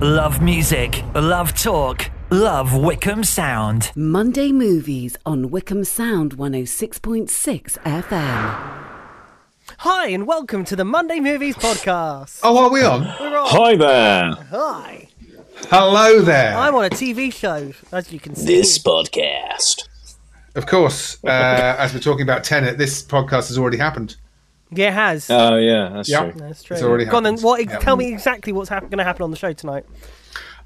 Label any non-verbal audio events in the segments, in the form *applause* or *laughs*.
Love music, love talk, love Wickham Sound. Monday Movies on Wickham Sound 106.6 FM. Hi, and welcome to the Monday Movies *laughs* Podcast. Oh, are we on? We're on. Hi there. Hi. Hello there. I'm on a TV show, as you can see. This podcast. Of course, uh, as we're talking about Tenet, this podcast has already happened. Yeah, it has. Oh yeah, that's Yeah. true. That's true. It's already Go on then, happened. what, Yeah. Tell me exactly what's hap- going to happen on the show tonight.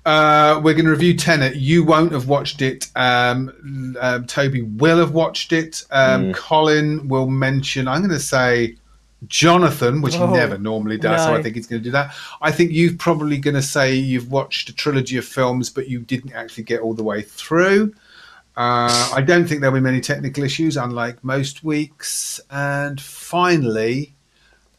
Uh, we're going to review Tenet. You won't have watched it. Um, um, Toby will have watched it. Um, Mm. Colin will mention, I'm going to say Jonathan, which Oh, he never normally does, so no. I think he's going to do that. I think you're probably going to say you've watched a trilogy of films, but you didn't actually get all the way through. Uh, I don't think there'll be many technical issues, unlike most weeks. And finally,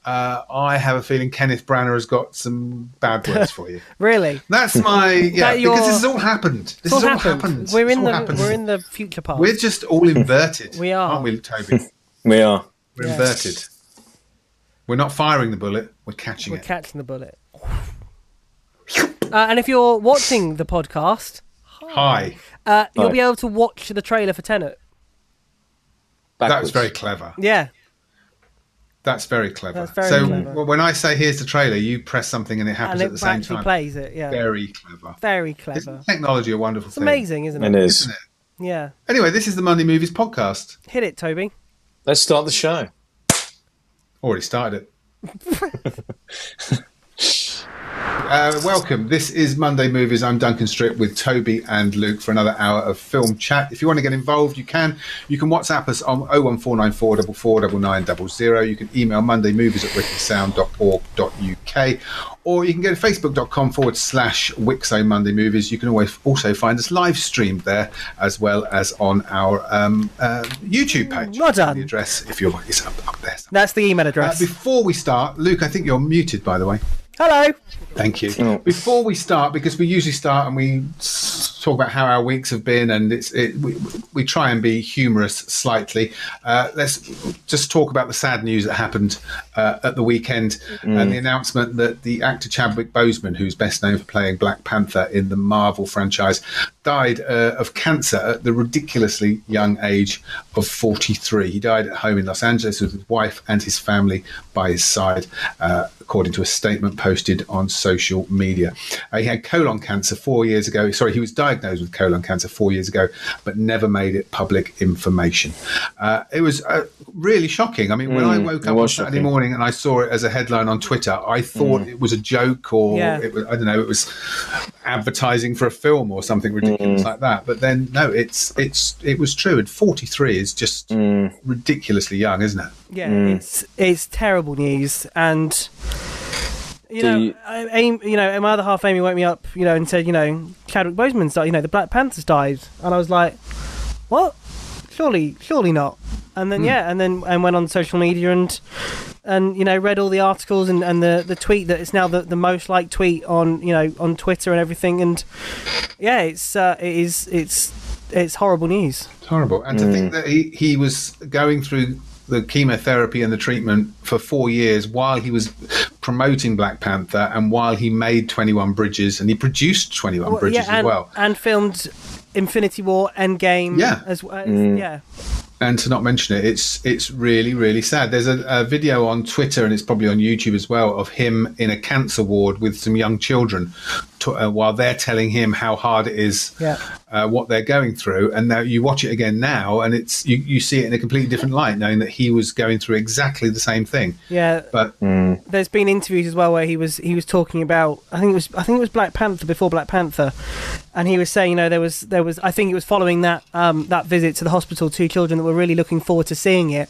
uh, I have a feeling Kenneth Branagh has got some bad words *laughs* for you. Really? That's my yeah. That your- Because this has all happened. This It's all has all happened. happened. We're It's in all the happened. we're in the future part. We're just all inverted. We are. aren't we, Toby? We are. *laughs* We're Yeah. inverted. We're not firing the bullet. We're catching We're it. catching the bullet. Uh, and if you're watching the podcast, Hi. uh, you'll Right. be able to watch the trailer for Tenet. That was Backwards. very clever. Yeah, That's very clever. That's very so clever. w- when I say here's the trailer, you press something and it happens and at the it same actually time. plays it. Yeah, very, Very clever. clever. Isn't technology a wonderful It's thing? amazing, isn't it? It is. Isn't it? Yeah, Anyway, this is the Monday Movies podcast. hit it, Toby. Let's start the show. Already started it. *laughs* uh, welcome. This is Monday Movies. I'm Duncan Strip with Toby and Luke for another hour of film chat. If you want to get involved, you can. You can WhatsApp us on 01494 449900. You can email mondaymovies at wickedsound.org.uk or you can go to facebook.com forward slash Wixo Monday Movies. You can always also find us live streamed there as well as on our um, uh, YouTube page. Well done. The address if you're it's up, up there. That's the email Uh, address. before we start, Luke, I think you're muted, by the way. Hello. Thank you. Before we start, because we usually start and we s- talk about how our weeks have been, and it's it, we, we try and be humorous slightly. Uh, let's just talk about the sad news that happened uh, at the weekend and the announcement that the actor Chadwick Boseman, who's best known for playing Black Panther in the Marvel franchise, died uh, of cancer at the ridiculously young age of 43. He died at home in Los Angeles with his wife and his family by his side, uh, according to a statement posted on social media. Uh, he had colon cancer four years ago. Sorry, he was diagnosed with colon cancer four years ago, but never made it public information. Uh, it was uh, really shocking. I mean, when I woke up on Mm, was Saturday shocking. morning and I saw it as a headline on Twitter, I thought it was a joke or Mm. Yeah. it was, I don't know, it was advertising for a film or something Mm. ridiculous like that. But then no, it's it's it was true. And forty three is just Mm. ridiculously young, isn't it? Yeah, Mm. it's it's terrible news, and you Do know, you- I, Amy, you know, my other half, Amy, woke me up, you know, and said, you know, Chadwick Boseman's died, you know, the Black Panthers died, and I was like, what? Surely, surely not. And Hmm. then yeah, and then and went on social media and and you know read all the articles and, and the, the tweet that it's now the, the most liked tweet on you know on Twitter and everything and yeah it's uh, it is it's it's horrible news It's horrible. And Mm. to think that he, he was going through the chemotherapy and the treatment for four years while he was promoting Black Panther and while he made twenty one bridges and he produced twenty one Well, bridges yeah, and, as well. and filmed Infinity War, Endgame. Yeah. as well. Yeah, and to not mention it, it's it's really really sad. There's a, a video on Twitter and it's probably on YouTube as well of him in a cancer ward with some young children, to, uh, while they're telling him how hard it is, Yeah. uh, what they're going through. And now you watch it again now, and it's you, you see it in a completely different light, knowing that he was going through exactly the same thing. yeah. But There's been interviews as well where he was he was talking about I think it was I think it was Black Panther before Black Panther, and he was saying you know there was there was I think it was following that um that visit to the hospital two children that were really looking forward to seeing it,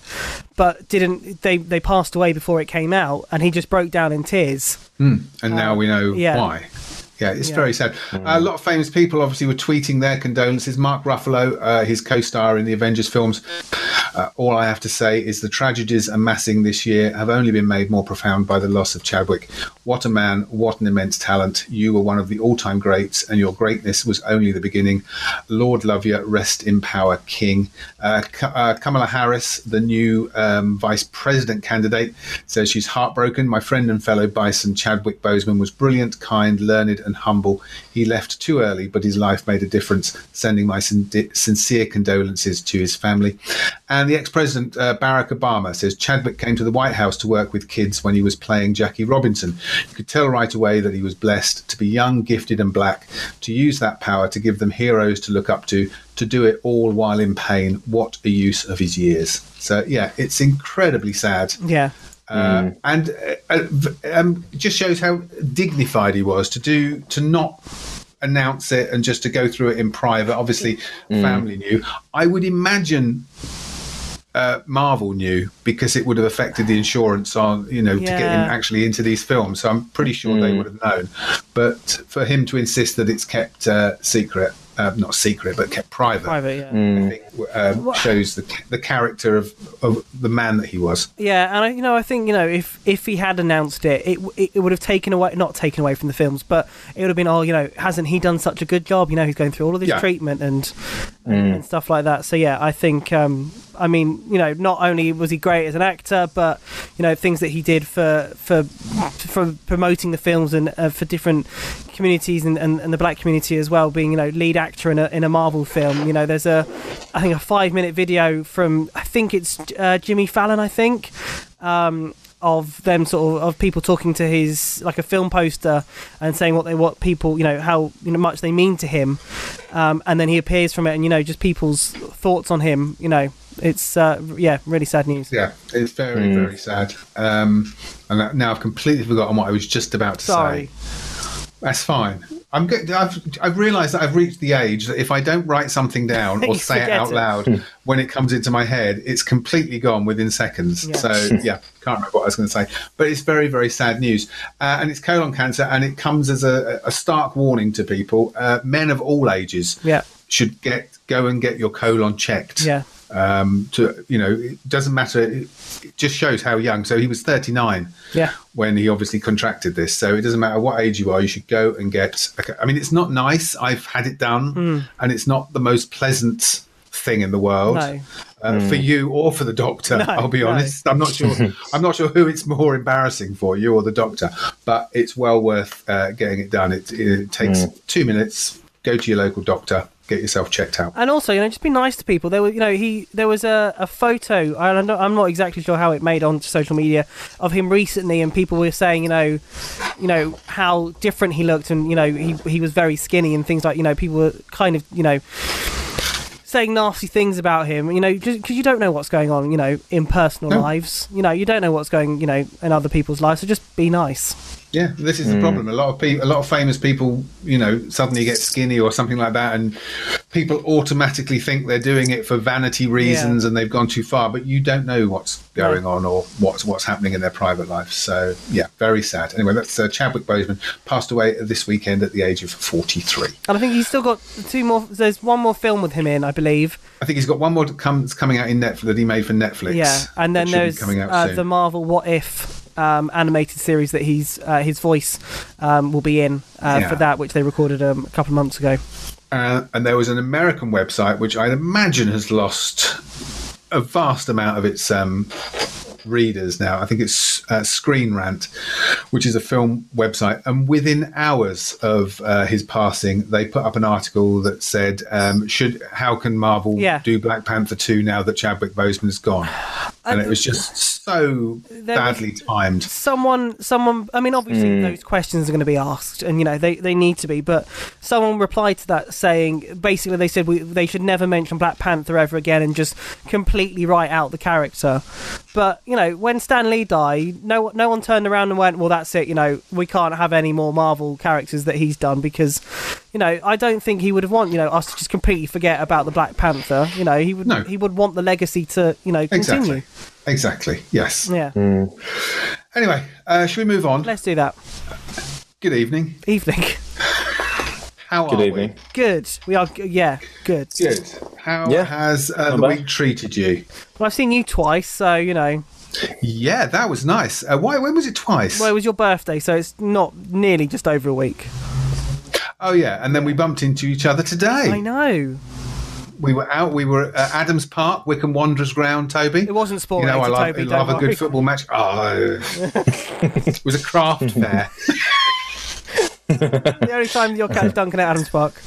but didn't they they passed away before it came out and he just broke down in tears. and now we know yeah. why. Yeah, it's Yeah. very sad. A lot of famous uh, people obviously were tweeting their condolences. Mark Ruffalo, uh, his co-star in the Avengers films, Uh, all I have to say is the tragedies amassing this year have only been made more profound by the loss of Chadwick. What a man, what an immense talent. You were one of the all time greats, and your greatness was only the beginning. Lord love you, rest in power, King. Uh, Ka- uh, Kamala Harris, the new um, vice president candidate, says she's heartbroken. My friend and fellow bison, Chadwick Boseman, was brilliant, kind, learned, and humble. He left too early, but his life made a difference. Sending my sin- sincere condolences to his family. And the ex president, uh, Barack Obama, says Chadwick came to the White House to work with kids when he was playing Jackie Robinson. You could tell right away that he was blessed to be young, gifted, and black, to use that power to give them heroes to look up to, to do it all while in pain. What a use of his years. So, yeah, it's incredibly sad. Yeah. Uh, and uh, uh, v- um, it just shows how dignified he was to do to not announce it and just to go through it in private. Obviously, family knew. I would imagine uh, Marvel knew because it would have affected the insurance on you know to get him Yeah. actually into these films. So I'm pretty sure they would have known. But for him to insist that it's kept uh, secret. Uh, not secret, but kept private. Private, yeah. I think um, shows the the character of, of the man that he was. Yeah, and I, you know, I think you know, if if he had announced it, it w- it, it would have taken away, not taken away from the films, but it would have been, oh, you know, hasn't he done such a good job? You know, he's going through all of this Yeah. treatment and and stuff like that. So yeah, I think, um, I mean, you know, not only was he great as an actor, but you know, things that he did for for for promoting the films and uh, for different communities and, and, and the black community as well, being you know lead actor in a in a Marvel film. You know, there's a I think a five minute video from I think it's uh, Jimmy Fallon, I think. Um, of them sort of of people talking to his like a film poster and saying what they what people you know how you know much they mean to him um, and then he appears from it and you know just people's thoughts on him you know it's uh, yeah really sad news Yeah, it's very, very sad. Um, and I- now I've completely forgotten what I was just about to sorry say. That's fine. I'm good. I've, I've realised that I've reached the age that if I don't write *laughs* something down or You say it forget out it. loud when it comes into my head, it's completely gone within seconds. Yeah. So, yeah, can't remember what I was going to say. But it's very, very sad news. Uh, and it's colon cancer, and it comes as a, a stark warning to people. Uh, men of all ages Yeah. should get go and get your colon checked yeah um, to you know it doesn't matter it, it just shows how young so he was 39 yeah when he obviously contracted this so it doesn't matter what age you are you should go and get okay, i mean it's not nice i've had it done Hmm. and it's not the most pleasant thing in the world No. Uh, for you or for the doctor i'll be no. honest i'm not sure i'm not sure who it's more embarrassing for you or the doctor but it's well worth uh, getting it done it, it takes two minutes go to your local doctor get yourself checked out and also you know just be nice to people there were you know he there was a, a photo I don't, know- i'm not exactly sure how it made onto social media of him recently and people were saying you know you know how different he looked and you know he, he was very skinny and things like you know people were kind of you know saying nasty things about him you know just because you don't know what's going on you know in personal lives you know you don't know what's going you know in other people's lives so just be nice Yeah, this is the Hmm. problem. A lot of people, a lot of famous people, you know, suddenly get skinny or something like that, and people automatically think they're doing it for vanity reasons and they've gone too far. But you don't know what's going on or what's what's happening in their private life. So yeah, very sad. Anyway, that's uh, Chadwick Boseman passed away this weekend at the age of forty-three. and i think he's still got two more there's one more film with him in i believe I think he's got one more that comes coming out in Netflix that he made for Netflix. Yeah, and then that should be there's uh, the Marvel What If um, animated series that he's uh, his voice um, will be in uh, Yeah. for that, which they recorded um, a couple of months ago. uh, and there was an American website which I imagine has lost a vast amount of its um, readers now. I think it's uh, Screen Rant, which is a film website. And within hours of uh, his passing, they put up an article that said, um, "Should how can Marvel Yeah. do Black Panther two now that Chadwick Boseman's gone?" And it was just so badly timed. Someone, someone. I mean, obviously those questions are going to be asked, and you know they, they need to be. But someone replied to that saying basically they said we, they should never mention Black Panther ever again and just completely write out the character. But you know when Stan Lee died, no no one turned around and went, well that's it. You know we can't have any more Marvel characters that he's done because you know I don't think he would have want you know us to just completely forget about the Black Panther. You know he would No. he would want the legacy to you know continue. Exactly. Exactly. Yes. Yeah, Anyway, uh, should we move on? let's do that. Good evening. Evening. How Good are evening. Good. We are. g- Yeah, good. we? Good. How Yeah. has uh, I'm the back. week treated you? Well, I've seen you twice, so you know. Yeah, that was nice. Uh, why? When was it twice? Well, it was your birthday, so it's not nearly just over a week. oh yeah, and then we bumped into each other I today. know. We were out. We were at Adams Park, Wickham Wanderers ground. Toby, It wasn't sport You know, I related, love, Toby, I love don't a good worry. *laughs* football match. Oh, it was a craft fair. *laughs* The only time you'll *laughs* catch Duncan at Adams Park.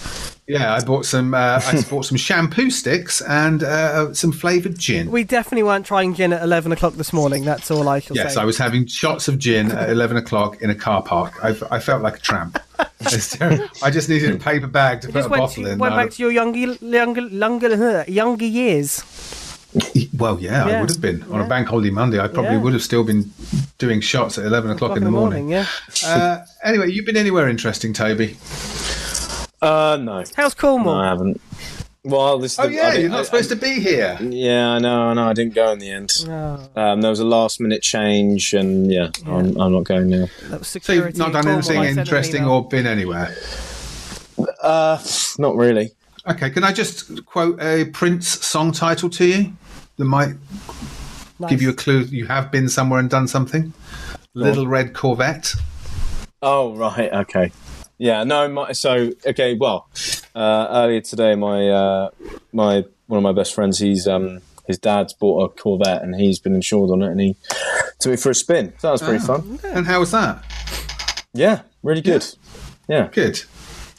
Yeah, I bought some. Uh, I bought some shampoo sticks and uh, some flavored gin. We definitely weren't trying gin at eleven o'clock this morning. That's all I shall yes, say. I was having shots of *laughs* gin at eleven o'clock in a car park. I, I felt like a tramp. I just needed a paper bag to put a just went, bottle to, in. went and I- back to your younger, younger, younger, younger years. Well, yeah, I Yeah. would have been on a bank holiday Monday. I probably Yeah. would have still been doing shots at eleven o'clock, in the morning. yeah. Uh, anyway, you've been anywhere interesting, Toby? Uh, no. How's No, I Cornwall? haven't. Well, this. Oh yeah, you're not supposed to. to be here. Yeah, I know, I know. I didn't go in the end. No. Um, there was a last minute change, and yeah, I'm, I'm not going now. that was So security you've not at done Cornwall. I anything sent an interesting email. or been anywhere. Uh, not really. Okay, can I just quote a Prince song title to you that might Nice. give you a clue that you have been somewhere and done something? Little Red Corvette. Oh right, okay. Yeah, no. My, so okay, well, uh, earlier today, my uh, my one of my best friends, he's um, his dad's bought a Corvette and he's been insured on it, and he took it for a spin. So that was Ah, pretty fun. And how was that? Yeah, really good. Yeah, Good.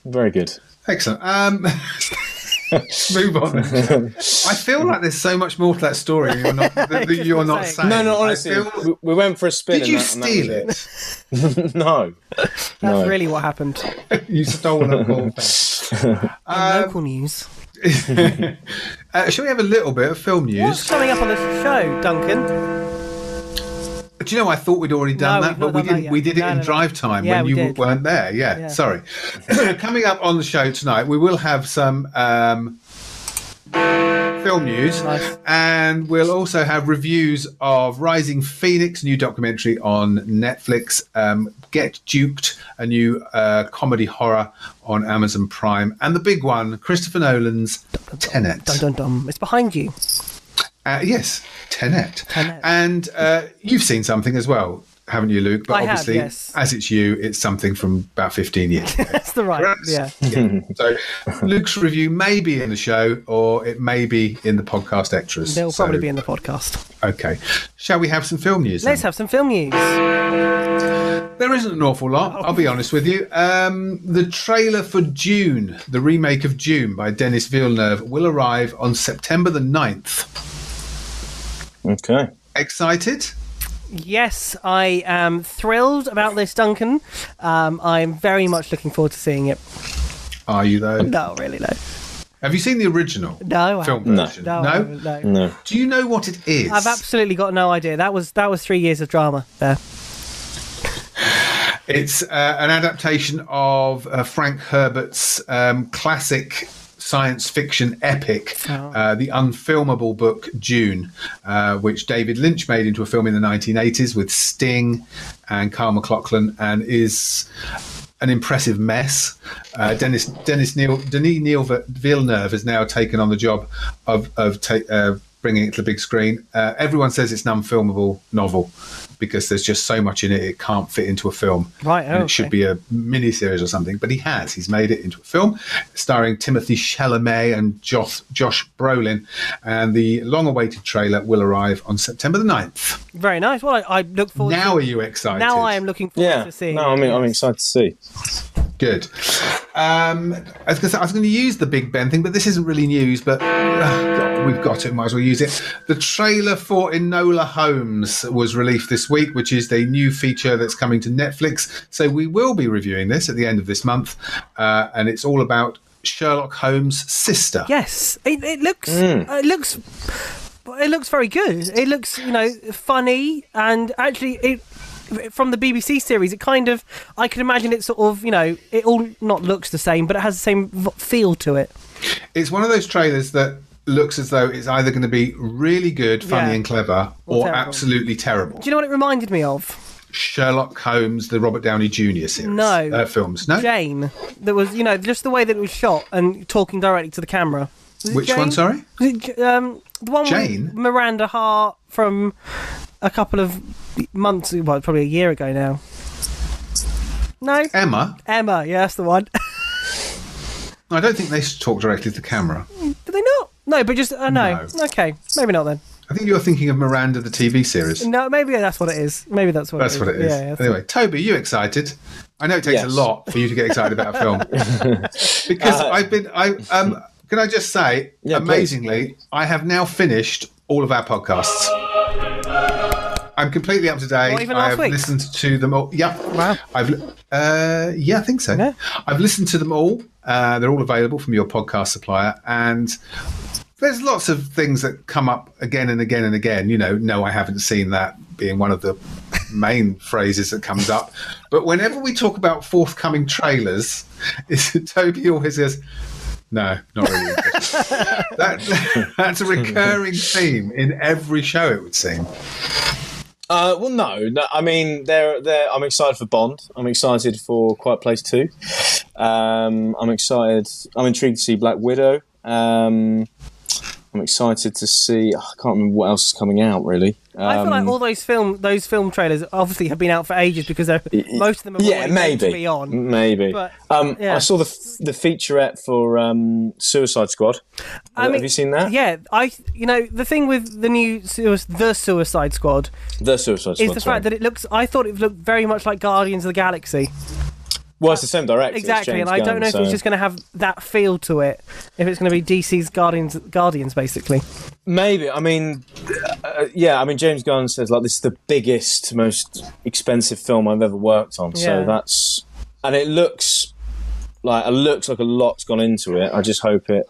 very good. Excellent. Um, *laughs* move on. I feel like there's so much more to that story you're not, that, that you're not saying. No, no, I honestly, feel- we, we went for a spin. did and you that- and that steal was it? it? *laughs* No. That's No. really what happened. you stole a Corvette. Um, In local news. Uh, shall we have a little bit of film What's news? coming up on the show, Duncan? Do you know I thought we'd already done No, we've that, but not we done that didn't. yet. we did it No, in no, no. drive time Yeah, when we you did. weren't there. Yeah, Yeah. sorry. *clears throat* Coming up on the show tonight, we will have some um, film news, Nice. and we'll also have reviews of Rising Phoenix, new documentary on Netflix. Um, Get Duked, a new uh, comedy horror on Amazon Prime, and the big one, Christopher Nolan's Tenet. Dum dum dum. It's behind you. *laughs* Uh, yes, Tenet. Tenet. And uh, you've seen something as well, haven't you, Luke? But I have, obviously, yes. as it's you, it's something from about 15 years ago. That's the right. *laughs* Yeah. so Luke's review may be in the show or it may be in the podcast extras. They'll So, probably be in the podcast. Okay. Shall we have some film news? Let's then? have some film news. There isn't an awful lot, Oh. I'll be honest with you. Um, the trailer for June, the remake of June by Denis Villeneuve, will arrive on September the 9th. Okay. Excited? Yes, I am thrilled about this, Duncan. Um, I'm very much looking forward to seeing it. Are you, though? No, really, no. Have you seen the original? No, I Film haven't. version. No, I haven't, no. No. Do you know what it is? I've absolutely got no idea. That was that was three years of drama there. It's uh, an adaptation of uh, Frank Herbert's um, classic science fiction epic, Oh. uh, the unfilmable book June, uh, which David Lynch made into a film in the 1980s with Sting and Carl McLaughlin, and is an impressive mess. Uh, Dennis Dennis Neil Denis Neil Villeneuve has now taken on the job of of ta- uh, bringing it to the big screen. Uh, everyone says it's an unfilmable novel because there's just so much in it it can't fit into a film. Right, and okay. it should be a mini series or something. But he has. He's made it into a film, starring Timothy Chalamet and Josh Josh Brolin. And the long-awaited trailer will arrive on September the 9th. Very nice. Well, I, I look forward. Now to, are you excited? now I am looking forward Yeah. to seeing. No, I it. mean, I'm excited to see. Good. Um, I was going to I was going to use the Big Ben thing, but this isn't really news. But ah, God, we've got it. Might as well use it. The trailer for Enola Holmes was released this week, which is the new feature that's coming to Netflix. So we will be reviewing this at the end of this month, uh, and it's all about Sherlock Holmes' sister. Yes, it, it looks it looks it looks very good. It looks you know funny and actually it from the BBC series. It kind of I can imagine it sort of you know it all not looks the same, but it has the same v- feel to it. It's one of those trailers that looks as though it's either going to be really good, funny, Yeah. and clever, or terrible. absolutely terrible. Do you know what it reminded me of? Sherlock Holmes, the Robert Downey Jr. series? No. Uh, films. No. Jane. That was, you know, just the way that it was shot and talking directly to the camera. Was it Which Jane? one? Sorry. Was it J- um, the one Jane? with Miranda Hart from a couple of months, well, probably a year ago now. No, Emma. Emma. Yeah, that's the one. *laughs* I don't think they talk directly to the camera. Did they not? No, but just uh, no. No. Okay, maybe not then. I think you're thinking of Miranda, the TV series. No, maybe that's what it is. Maybe that's what. That's it is. what it is. Yeah, that's- anyway, Toby, you excited? I know it takes Yes. Uh, a lot for you to get excited about a *laughs* film because I've been. I um, can I just say, Yeah, amazingly, I have now finished all of our podcasts. I'm completely up to date. Not even I last have week? listened to them all. Yeah, Wow. I've uh, yeah, I think so. Yeah. I've listened to them all. Uh, they're all available from your podcast supplier, and there's lots of things that come up again and again and again. You know, no, I haven't seen that being one of the main *laughs* phrases that comes up. But whenever we talk about forthcoming trailers, *laughs* is Toby always says, "No, not really." *laughs* that, *laughs* that's a recurring theme in every show, it would seem. Uh, well, no, no. I mean, they're, they're, I'm excited for Bond. I'm excited for Quiet Place Two. Um, I'm excited. I'm intrigued to see Black Widow. Um, I'm excited to see. ah, I can't remember what else is coming out. Really, um, I feel like all those film those film trailers obviously have been out for ages because they're, most of them are yeah, always meant maybe, Mm, to be on. maybe. But, um, yeah. I saw the f- the featurette for um, Suicide Squad. I mean, Have you seen that? Yeah, I. You know, the thing with the new sui- the Suicide Squad the Suicide Squad. is the fact that it looks. I thought it looked very much like Guardians of the Galaxy. well, it's the same director. it's Exactly, James and I don't Gunn, know if it's so- just going to have that feel to it. If it's going to be DC's Guardians, Guardians basically. Maybe. I mean, uh, yeah. I mean, James Gunn says like this is the biggest, most expensive film I've ever worked on. Yeah. So that's and it looks like it looks like a lot's gone into it. I just hope it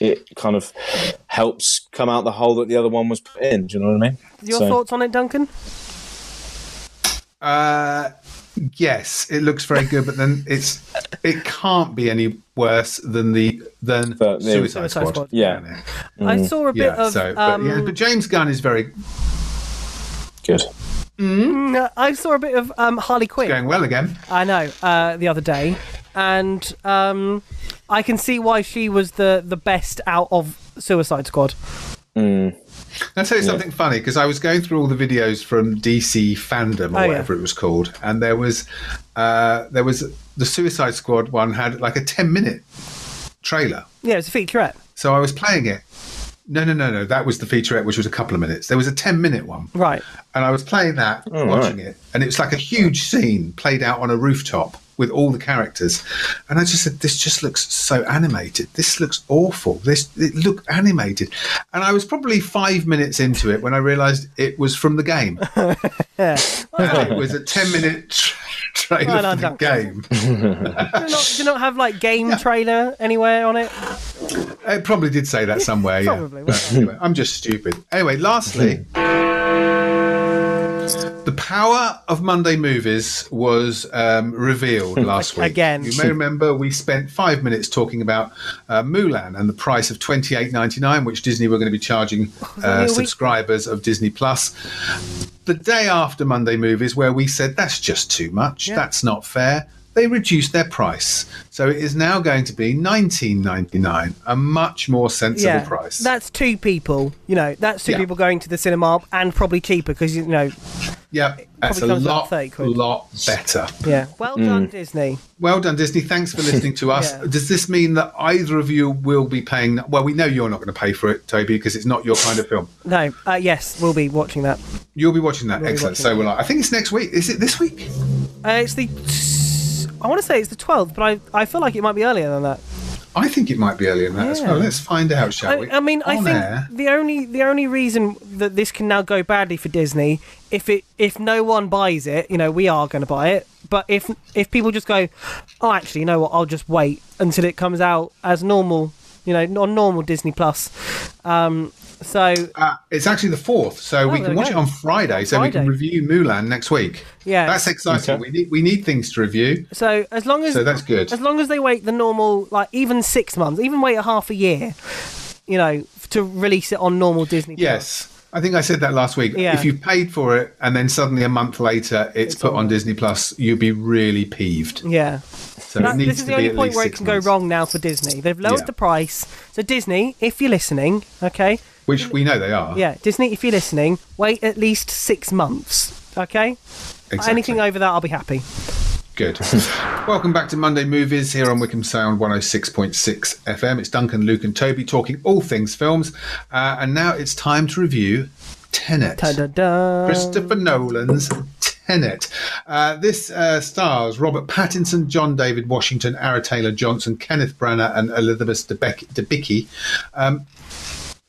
it kind of helps come out the hole that the other one was put in. Do you know what I mean? Your So- thoughts on it, Duncan? Uh, yes, it looks very good, but then it's it can't be any worse than the than But the- Suicide, Suicide Squad. Squad. Yeah, Mm. I saw a bit Yeah, of. so but, um, yeah, but James Gunn is very good. no, Uh, I saw a bit of um, Harley Quinn. going well again. I know uh, the other day, and um, I can see why she was the the best out of Suicide Squad. I'll tell you something funny because I was going through all the videos from DC fandom or Oh, yeah. whatever it was called, and there was uh, there was the Suicide Squad one had like a ten minute trailer, Yeah, it's a featurette, so I was playing it. No, no, no, no. That was the featurette, which was a couple of minutes. There was a ten-minute one, right? and I was playing that, Oh, watching it, and it was like a huge scene played out on a rooftop with all the characters, and I just said, "This just looks so animated. This looks awful. This it looked animated," and I was probably five minutes into it when I realised it was from *laughs* the game. And it was a ten-minute tra- trailer Well for done, the game. Do you not, do you not have like game trailer anywhere on it? It probably did *laughs* say that somewhere. yeah. Probably. anyway, I'm just stupid. Anyway, lastly, Mm-hmm. the power of Monday movies was *laughs* um, revealed last week. Again. you may remember we spent five minutes talking about uh, Mulan and the price of twenty eight ninety nine, which Disney were going to be charging only a uh, week- subscribers of Disney Plus. The day after Monday movies, where we said that's just too much, that's not fair. They reduced their price, so it is now going to be nineteen ninety nine, a much more sensible yeah, price. that's two people. You know, that's two Yeah. people going to the cinema and probably cheaper because you know. Yeah, that's a comes out lot, 30 quid. lot better. Yeah, well done, Disney. Well done, Disney. Thanks for listening *laughs* to us. Yeah. Does this mean that either of you will be paying? Well, we know you're not going to pay for it, Toby, because it's not your kind of film. No, uh, yes, we'll be watching that. You'll be watching that. Excellent. watching so will I. I think it's next week. Is it this week? Uh, it's the. I want to say it's the twelfth, but I I feel like it might be earlier than that. I think it might be earlier than that as well. Yeah. Let's find out, shall we? I, I mean, I On think air. the only the only reason that this can now go badly for Disney, if it if no one buys it, you know, we are going to buy it. But if if people just go, oh, actually, you know what? I'll just wait until it comes out as normal, you know, on normal Disney Plus. Um, so Uh, it's actually the fourth, so we Oh, there can we watch go. it on Friday. So we can Friday. review Mulan next week. Yeah. that's exciting. Okay. We need we need things to review. so as long as So that's good. as long as they wait the normal, like even six months, even wait a half a year, you know, to release it on normal Disney. Plus. Yes. I think I said that last week. Yeah. If you paid for it and then suddenly a month later it's, put on Disney Plus, you'd be really peeved. Yeah. So Mm. That- it needs this is to the be only at point least where it six can months, go wrong now for Disney. They've lowered Yeah. the price. So Disney, if you're listening, okay, which we know they are. yeah, Disney, if you're listening, wait at least six months, okay. exactly. Anything over that, I'll be happy. Good. *laughs* Welcome back to Monday Movies here on Wickham Sound 106.6 FM. It's Duncan, Luke, and Toby talking all things films. Uh, and now it's time to review Tenet. Da, da, da. Christopher Nolan's Tenet. Uh, this uh, stars Robert Pattinson, John David Washington, Ara Taylor Johnson, Kenneth Branagh, and Elizabeth Debicki. Debicki. Um,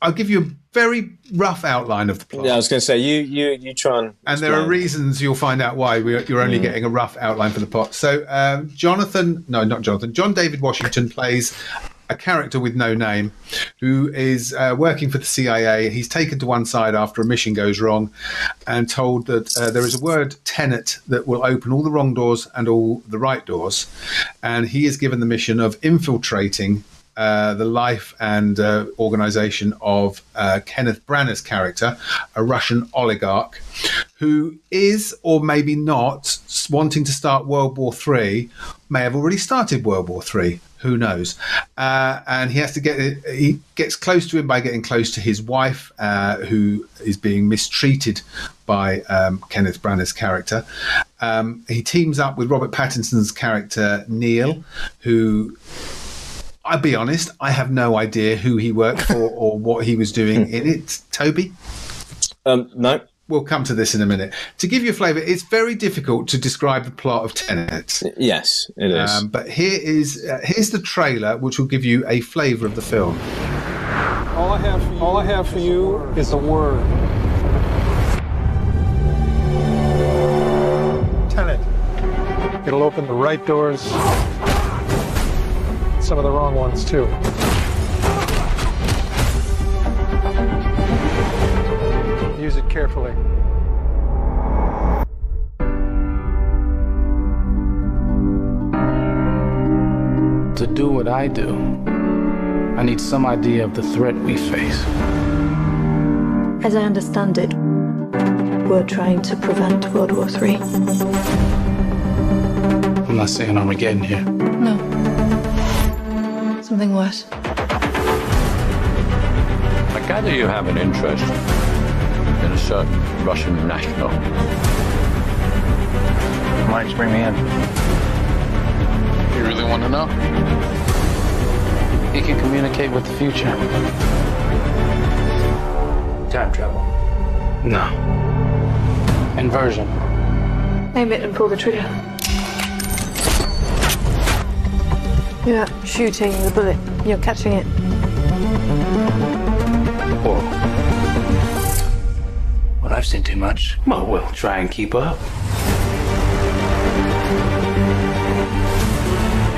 I'll give you a very rough outline of the plot. Yeah, I was going to say you you you try and And there are explain. reasons you'll find out why we, you're only getting a rough outline for the plot. So, um, Jonathan, no, not Jonathan, John David Washington plays a character with no name who is uh, working for the CIA. He's taken to one side after a mission goes wrong and told that uh, there is a word tenet that will open all the wrong doors and all the right doors. And he is given the mission of infiltrating uh, the life and uh, organization of uh, Kenneth Branagh's character, a Russian oligarch, who is or maybe not s- wanting to start World War Three, may have already started World War Three. Who knows? Uh, and he has to get he gets close to him by getting close to his wife, uh, who is being mistreated by um, Kenneth Branagh's character. Um, he teams up with Robert Pattinson's character Neil, who I'll be honest, I have no idea who he worked *laughs* for or what he was doing in it. Toby? Um, no, We'll come to this in a minute. To give you a flavour, it's very difficult to describe the plot of Tenet. yes, it is. Um, but here is uh, here's the trailer, which will give you a flavour of the film. All I have for you, all I have for you is a word. Tenet. It'll open the right doors, some of the wrong ones too. Use it carefully. To do what I do, I need some idea of the threat we face. As I understand it, we're trying to prevent World War III. I'm not saying Armageddon here. No. Something worse. I gather you have an interest in a certain Russian national. Why don't you bring me in? You really want to know? He can communicate with the future. Time travel. No. Inversion. Aim it and pull the trigger. You're not shooting the bullet, you're catching it. Or. Well, I've seen too much. Well, we'll try and keep up.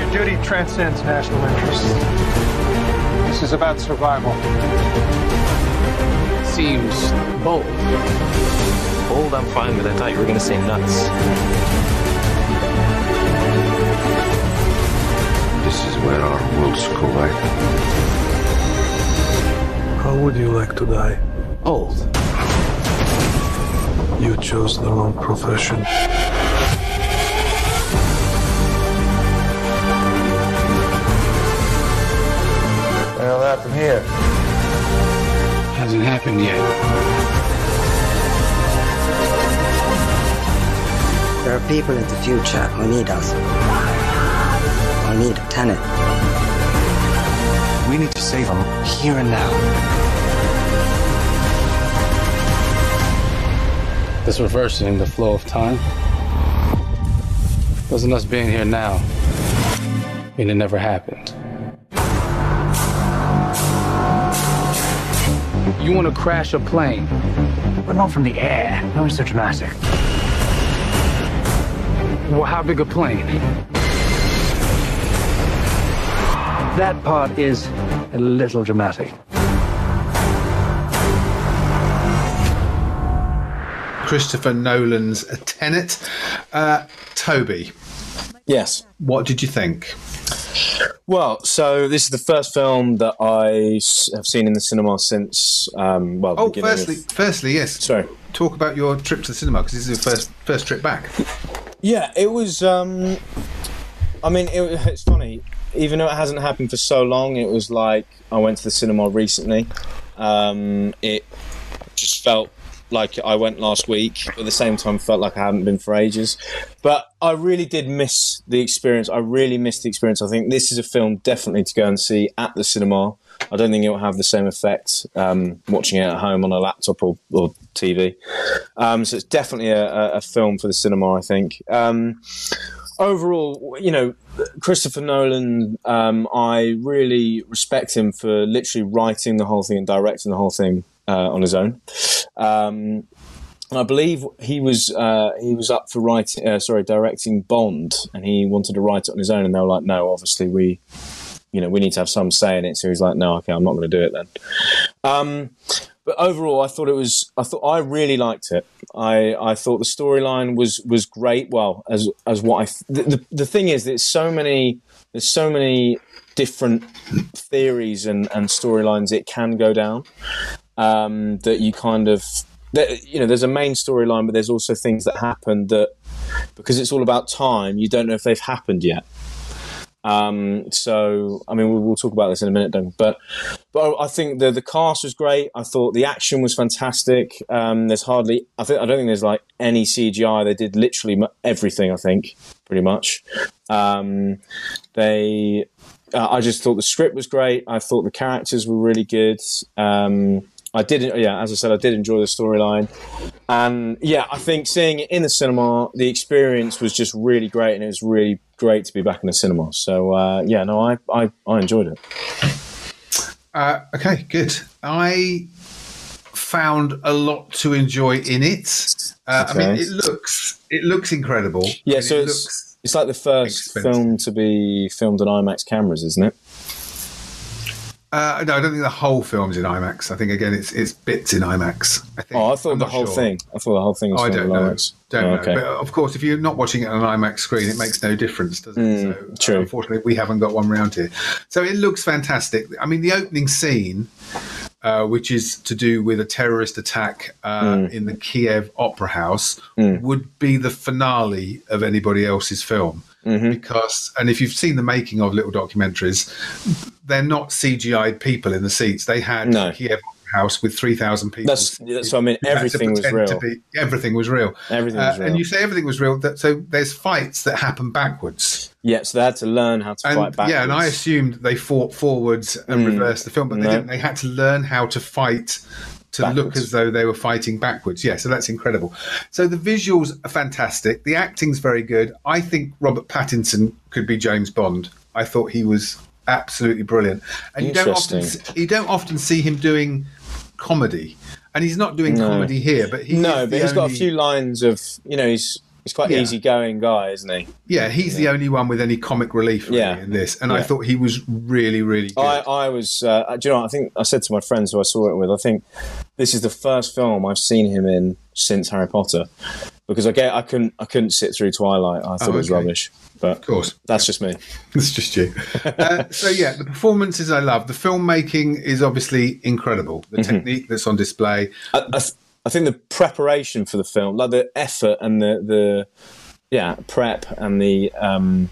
Your duty transcends national interests. This is about survival. Seems bold. Old, I'm fine with. I thought you were going to say nuts. This is where our worlds collide. How would you like to die? Old. You chose the wrong profession. Hasn't happened yet. There are people in the future who need us. Who need Tenet. We need to save them. Here and now. This reversing the flow of time doesn't us being here now mean it never happened. You want to crash a plane? But not from the air. No one's so dramatic. Well, how big a plane? That part is a little dramatic. Christopher Nolan's Tenet. Uh, Toby, yes. what did you think? Well, so this is the first film that I s- have seen in the cinema since. Um, well, the Oh, beginning of- firstly, firstly, yes. Sorry. Talk about your trip to the cinema because this is your first first trip back. Yeah, it was. Um, I mean, it, *laughs* was- it's funny. Even though it hasn't happened for so long, it was like I went to the cinema recently. Um, it just felt like I went last week, but at the same time, felt like I haven't been for ages. But I really did miss the experience. I really missed the experience. I think this is a film definitely to go and see at the cinema. I don't think it will have the same effect um, watching it at home on a laptop or, or TV. Um, so it's definitely a, a- a film for the cinema, I think. Um, overall, you know, Christopher Nolan, um, I really respect him for literally writing the whole thing and directing the whole thing uh, on his own. Um, and I believe he was uh, he was up for writing, uh, sorry, directing Bond, and he wanted to write it on his own, and they were like, no, obviously we, you know, we need to have some say in it. So he's like, no, okay, I'm not going to do it then. Um, but overall, I thought it was. I thought I really liked it. I, I thought the storyline was was great. Well, as as what I th- the, the the thing is, there's so many there's so many different theories and and storylines it can go down um, that you kind of that, you know there's a main storyline, but there's also things that happen that because it's all about time, you don't know if they've happened yet. Um, so, I mean, we'll, we'll talk about this in a minute, Duncan. But, but I think the the cast was great. I thought the action was fantastic. Um, there's hardly, I think, I don't think there's like any CGI. They did literally mu- everything. I think pretty much. Um, they, uh, I just thought the script was great. I thought the characters were really good. Um, I did, yeah, as I said, I did enjoy the storyline. And yeah, I think seeing it in the cinema, the experience was just really great and it was really great to be back in the cinema. So uh, yeah, no, I, I, I enjoyed it. Uh, okay, good. I found a lot to enjoy in it. Uh, I mean, Okay. it looks it looks incredible. Yeah, And so it it's, looks- it's like the first film to be filmed on IMAX cameras, isn't it? uh, no, I don't think the whole film's in IMAX. I think again, it's it's bits in IMAX. I think. Oh, I thought the whole sure. thing. I thought the whole thing was Oh, I filmed don't on know. IMAX. Don't Oh, know. But uh, of course, if you're not watching it on an IMAX screen, it makes no difference, does it? so, Mm, true. Unfortunately, we haven't got one round here. So it looks fantastic. I mean, the opening scene, uh, which is to do with a terrorist attack uh, Mm. in the Kiev Opera House, would be the finale of anybody else's film. Mm-hmm. Because, and if you've seen the making of little documentaries, they're not CGI people in the seats. They had No. Kiev Opera House with 3,000 people. That's- that's what I mean. who had to Everything was pretend to real. be- everything was real. Everything was Uh, real. And you say everything was real. That, so there's fights that happen backwards. Yeah, so they had to learn how to And fight backwards. Hmm. yeah, and I assumed they fought forwards and reversed the film, but they No. didn't. They had to learn how to fight to look as though they were fighting backwards. Yeah, so that's incredible. So the visuals are fantastic. The acting's very good. I think Robert Pattinson could be James Bond. I thought he was absolutely brilliant. And you don't often Interesting. s- you don't often see him doing comedy. And he's not doing No. comedy here, but he is no, but the he's got a only- few lines of you know he's he's quite Yeah. easygoing guy, isn't he? Yeah, he's the only one with any comic relief really Yeah. in this, and I Yeah. thought he was really, really good. I, I was, uh, do you know, what? I think I said to my friends who I saw it with, I think this is the first film I've seen him in since Harry Potter, because I get, I couldn't, I couldn't sit through Twilight. I thought Oh, it was okay. rubbish, but of course, *laughs* that's just me. That's just you. uh, so yeah, the performances I love. The filmmaking is obviously incredible. The technique that's on display. I, I, th- I think the preparation for the film, like the effort and the the yeah prep and the um,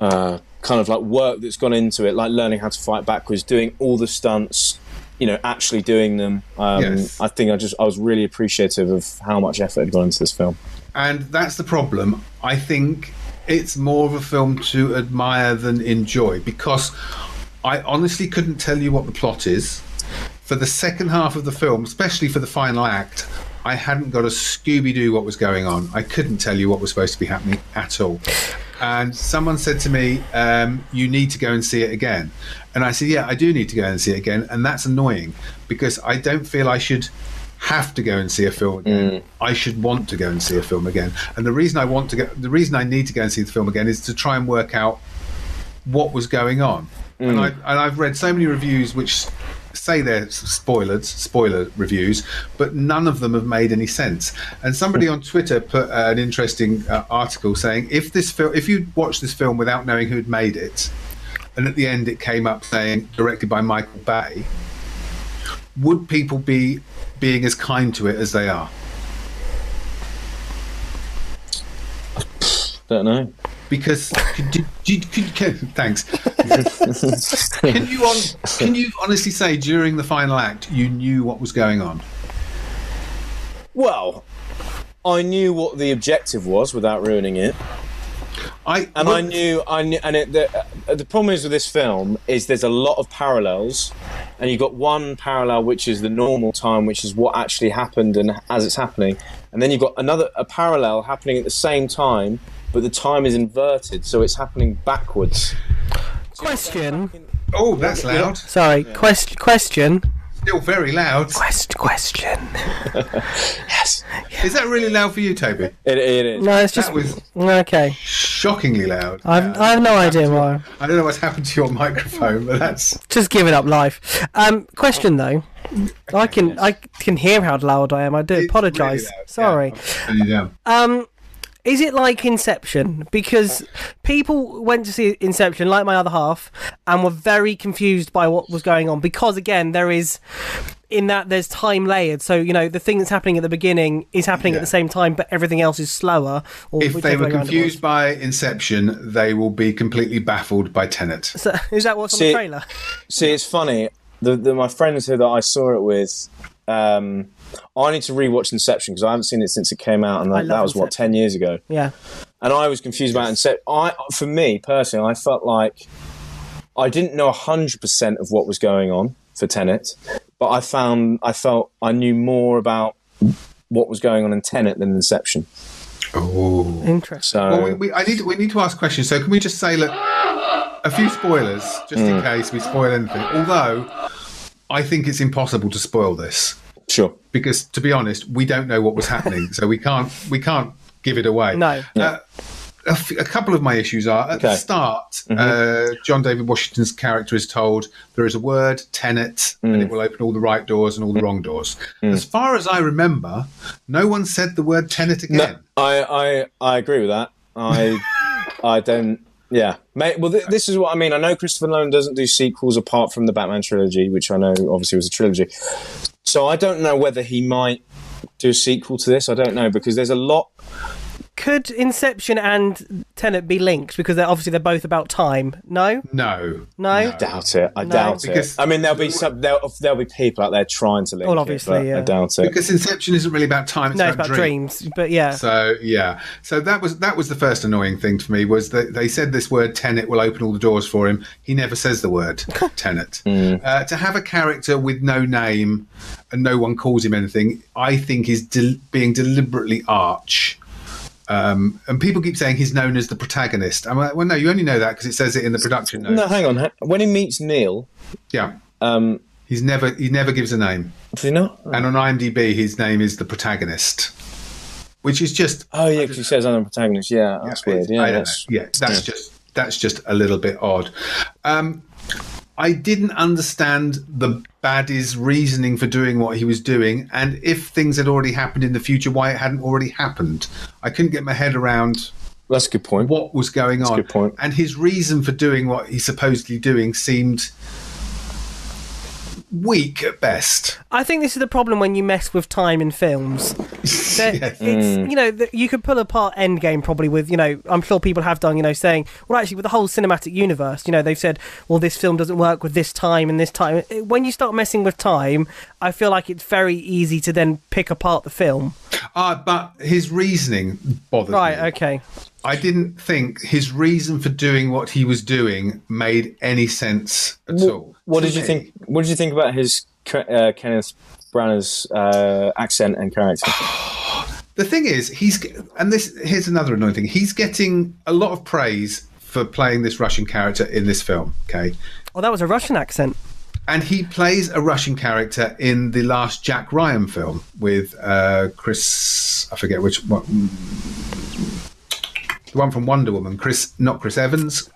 uh, kind of like work that's gone into it, like learning how to fight backwards, doing all the stunts, you know, actually doing them. Um, Yes. I think I just I was really appreciative of how much effort had gone into this film. And that's the problem. I think it's more of a film to admire than enjoy because I honestly couldn't tell you what the plot is. For the second half of the film, especially for the final act, I hadn't got a Scooby Doo what was going on. I couldn't tell you what was supposed to be happening at all. And someone said to me, um, You need to go and see it again. And I said, Yeah, I do need to go and see it again. And that's annoying because I don't feel I should have to go and see a film again. I should want to go and see a film again. And the reason I want to go, the reason I need to go and see the film again is to try and work out what was going on. And, I, and I've read so many reviews which say they're spoilers, spoiler reviews, but none of them have made any sense. And somebody on Twitter put uh, an interesting uh, article saying if this film, if you watch this film without knowing who'd made it, and at the end it came up saying directed by Michael Bay, would people be being as kind to it as they are? Don't know. Because could, could, could, could, *laughs* thanks. *laughs* can you on, can you honestly say during the final act you knew what was going on? Well, I knew what the objective was without ruining it. I and I knew I knew, and it, the, uh, the problem is with this film is there's a lot of parallels, and you've got one parallel which is the normal time, which is what actually happened and as it's happening, and then you've got another a parallel happening at the same time, but the time is inverted, so it's happening backwards. Question. Oh, that's loud. Sorry. Quest- question. Still very loud. Quest- question. yes. Is that really loud for you, Toby? It, it is. No, it's just That was okay. shockingly loud. I've, I have no idea why. I don't know what's happened to your microphone, *laughs* but that's Just giving up life. Um, question though. I can I can hear how loud I am. I do it's really apologise. loud. Yeah, Sorry. I'll turn you down. Um, is it like Inception? Because people went to see Inception, like my other half, and were very confused by what was going on. Because again, there is in that there's time layered. So you know the thing that's happening at the beginning is happening at Yeah. the same time, but everything else is slower. Or If they whichever were way around it confused by Inception, they will be completely baffled by Tenet. was. *laughs* So, is that what's on See- the trailer? See, it's funny. The, the, my friends here that I saw it with, um, I need to rewatch Inception because I haven't seen it since it came out, and I that, love that was what ten years ago. Yeah. And I was confused about Inception. I, for me personally, I felt like I didn't know hundred percent of what was going on for Tenet, but I found I felt I knew more about what was going on in Tenet than Inception. Oh. Interesting. So Well, we, we, I need we need to ask questions. So can we just say, look, a few spoilers, just Hmm. in case we spoil anything. Although, I think it's impossible to spoil this sure, because, to be honest, we don't know what was happening, so we can't we can't give it away. No. Uh, a, f- a couple of my issues are at the Okay. Mm-hmm. start. Uh, John David Washington's character is told there is a word, tenet, and it Mm. will open all the right doors and all the wrong doors. As far as I remember, no one said the word tenet again. No, I, I I agree with that. I *laughs* I don't. Yeah, Mate, well, th- this is what I mean. I know Christopher Nolan doesn't do sequels apart from the Batman trilogy, which I know obviously was a trilogy. So I don't know whether he might do a sequel to this. I don't know because there's a lot. Could Inception and Tenet be linked? Because they're obviously they're both about time. No. No. No. I doubt it. I doubt Because- it. I mean, there'll be some, there'll, there'll be people out there trying to link. Well, it, Oh, obviously, but yeah. I doubt it. Because Inception isn't really about time; it's, No, it's about, about dreams. dreams, but yeah. So yeah, so that was that was the first annoying thing for me was that they said this word tenet will open all the doors for him. He never says *laughs* the word tenet. Uh, to have a character with no name and no one calls him anything, I think is del- being deliberately arch. Um, and people keep saying he's known as the protagonist. I'm like, well, no, you only know that because it says it in the production notes. no, hang on. Ha- When he meets Neil, Yeah, um, he's never he never gives a name. do you know? And on IMDb, his name is the protagonist, which is just Oh yeah, because he says I'm the protagonist. Yeah, that's Yeah, weird. I Yeah, don't that's, know. yeah, that's just that's just a little bit odd. Um, I didn't understand the baddie's reasoning for doing what he was doing, and if things had already happened in the future, why it hadn't already happened. I couldn't get my head around that's a good point. what was going on. good point. And his reason for doing what he's supposedly doing seemed weak at best. I think this is the problem when you mess with time in films. That It's you know that you could pull apart Endgame probably with you know I'm sure people have done you know saying well actually with the whole cinematic universe you know they've said well this film doesn't work with this time and this time It- when you start messing with time I feel like it's very easy to then pick apart the film Ah, but his reasoning bothered me. right okay I didn't think his reason for doing what he was doing made any sense at all. What To did you me. think? What did you think about his uh, Kenneth Branagh's uh, accent *sighs* and character? The thing is, he's and this here's another annoying thing. He's getting a lot of praise for playing this Russian character in this film. Okay, oh that was a Russian accent and he plays a Russian character in the last Jack Ryan film with uh, Chris. I forget which one. the one from Wonder Woman, Chris, not Chris Evans, Chris,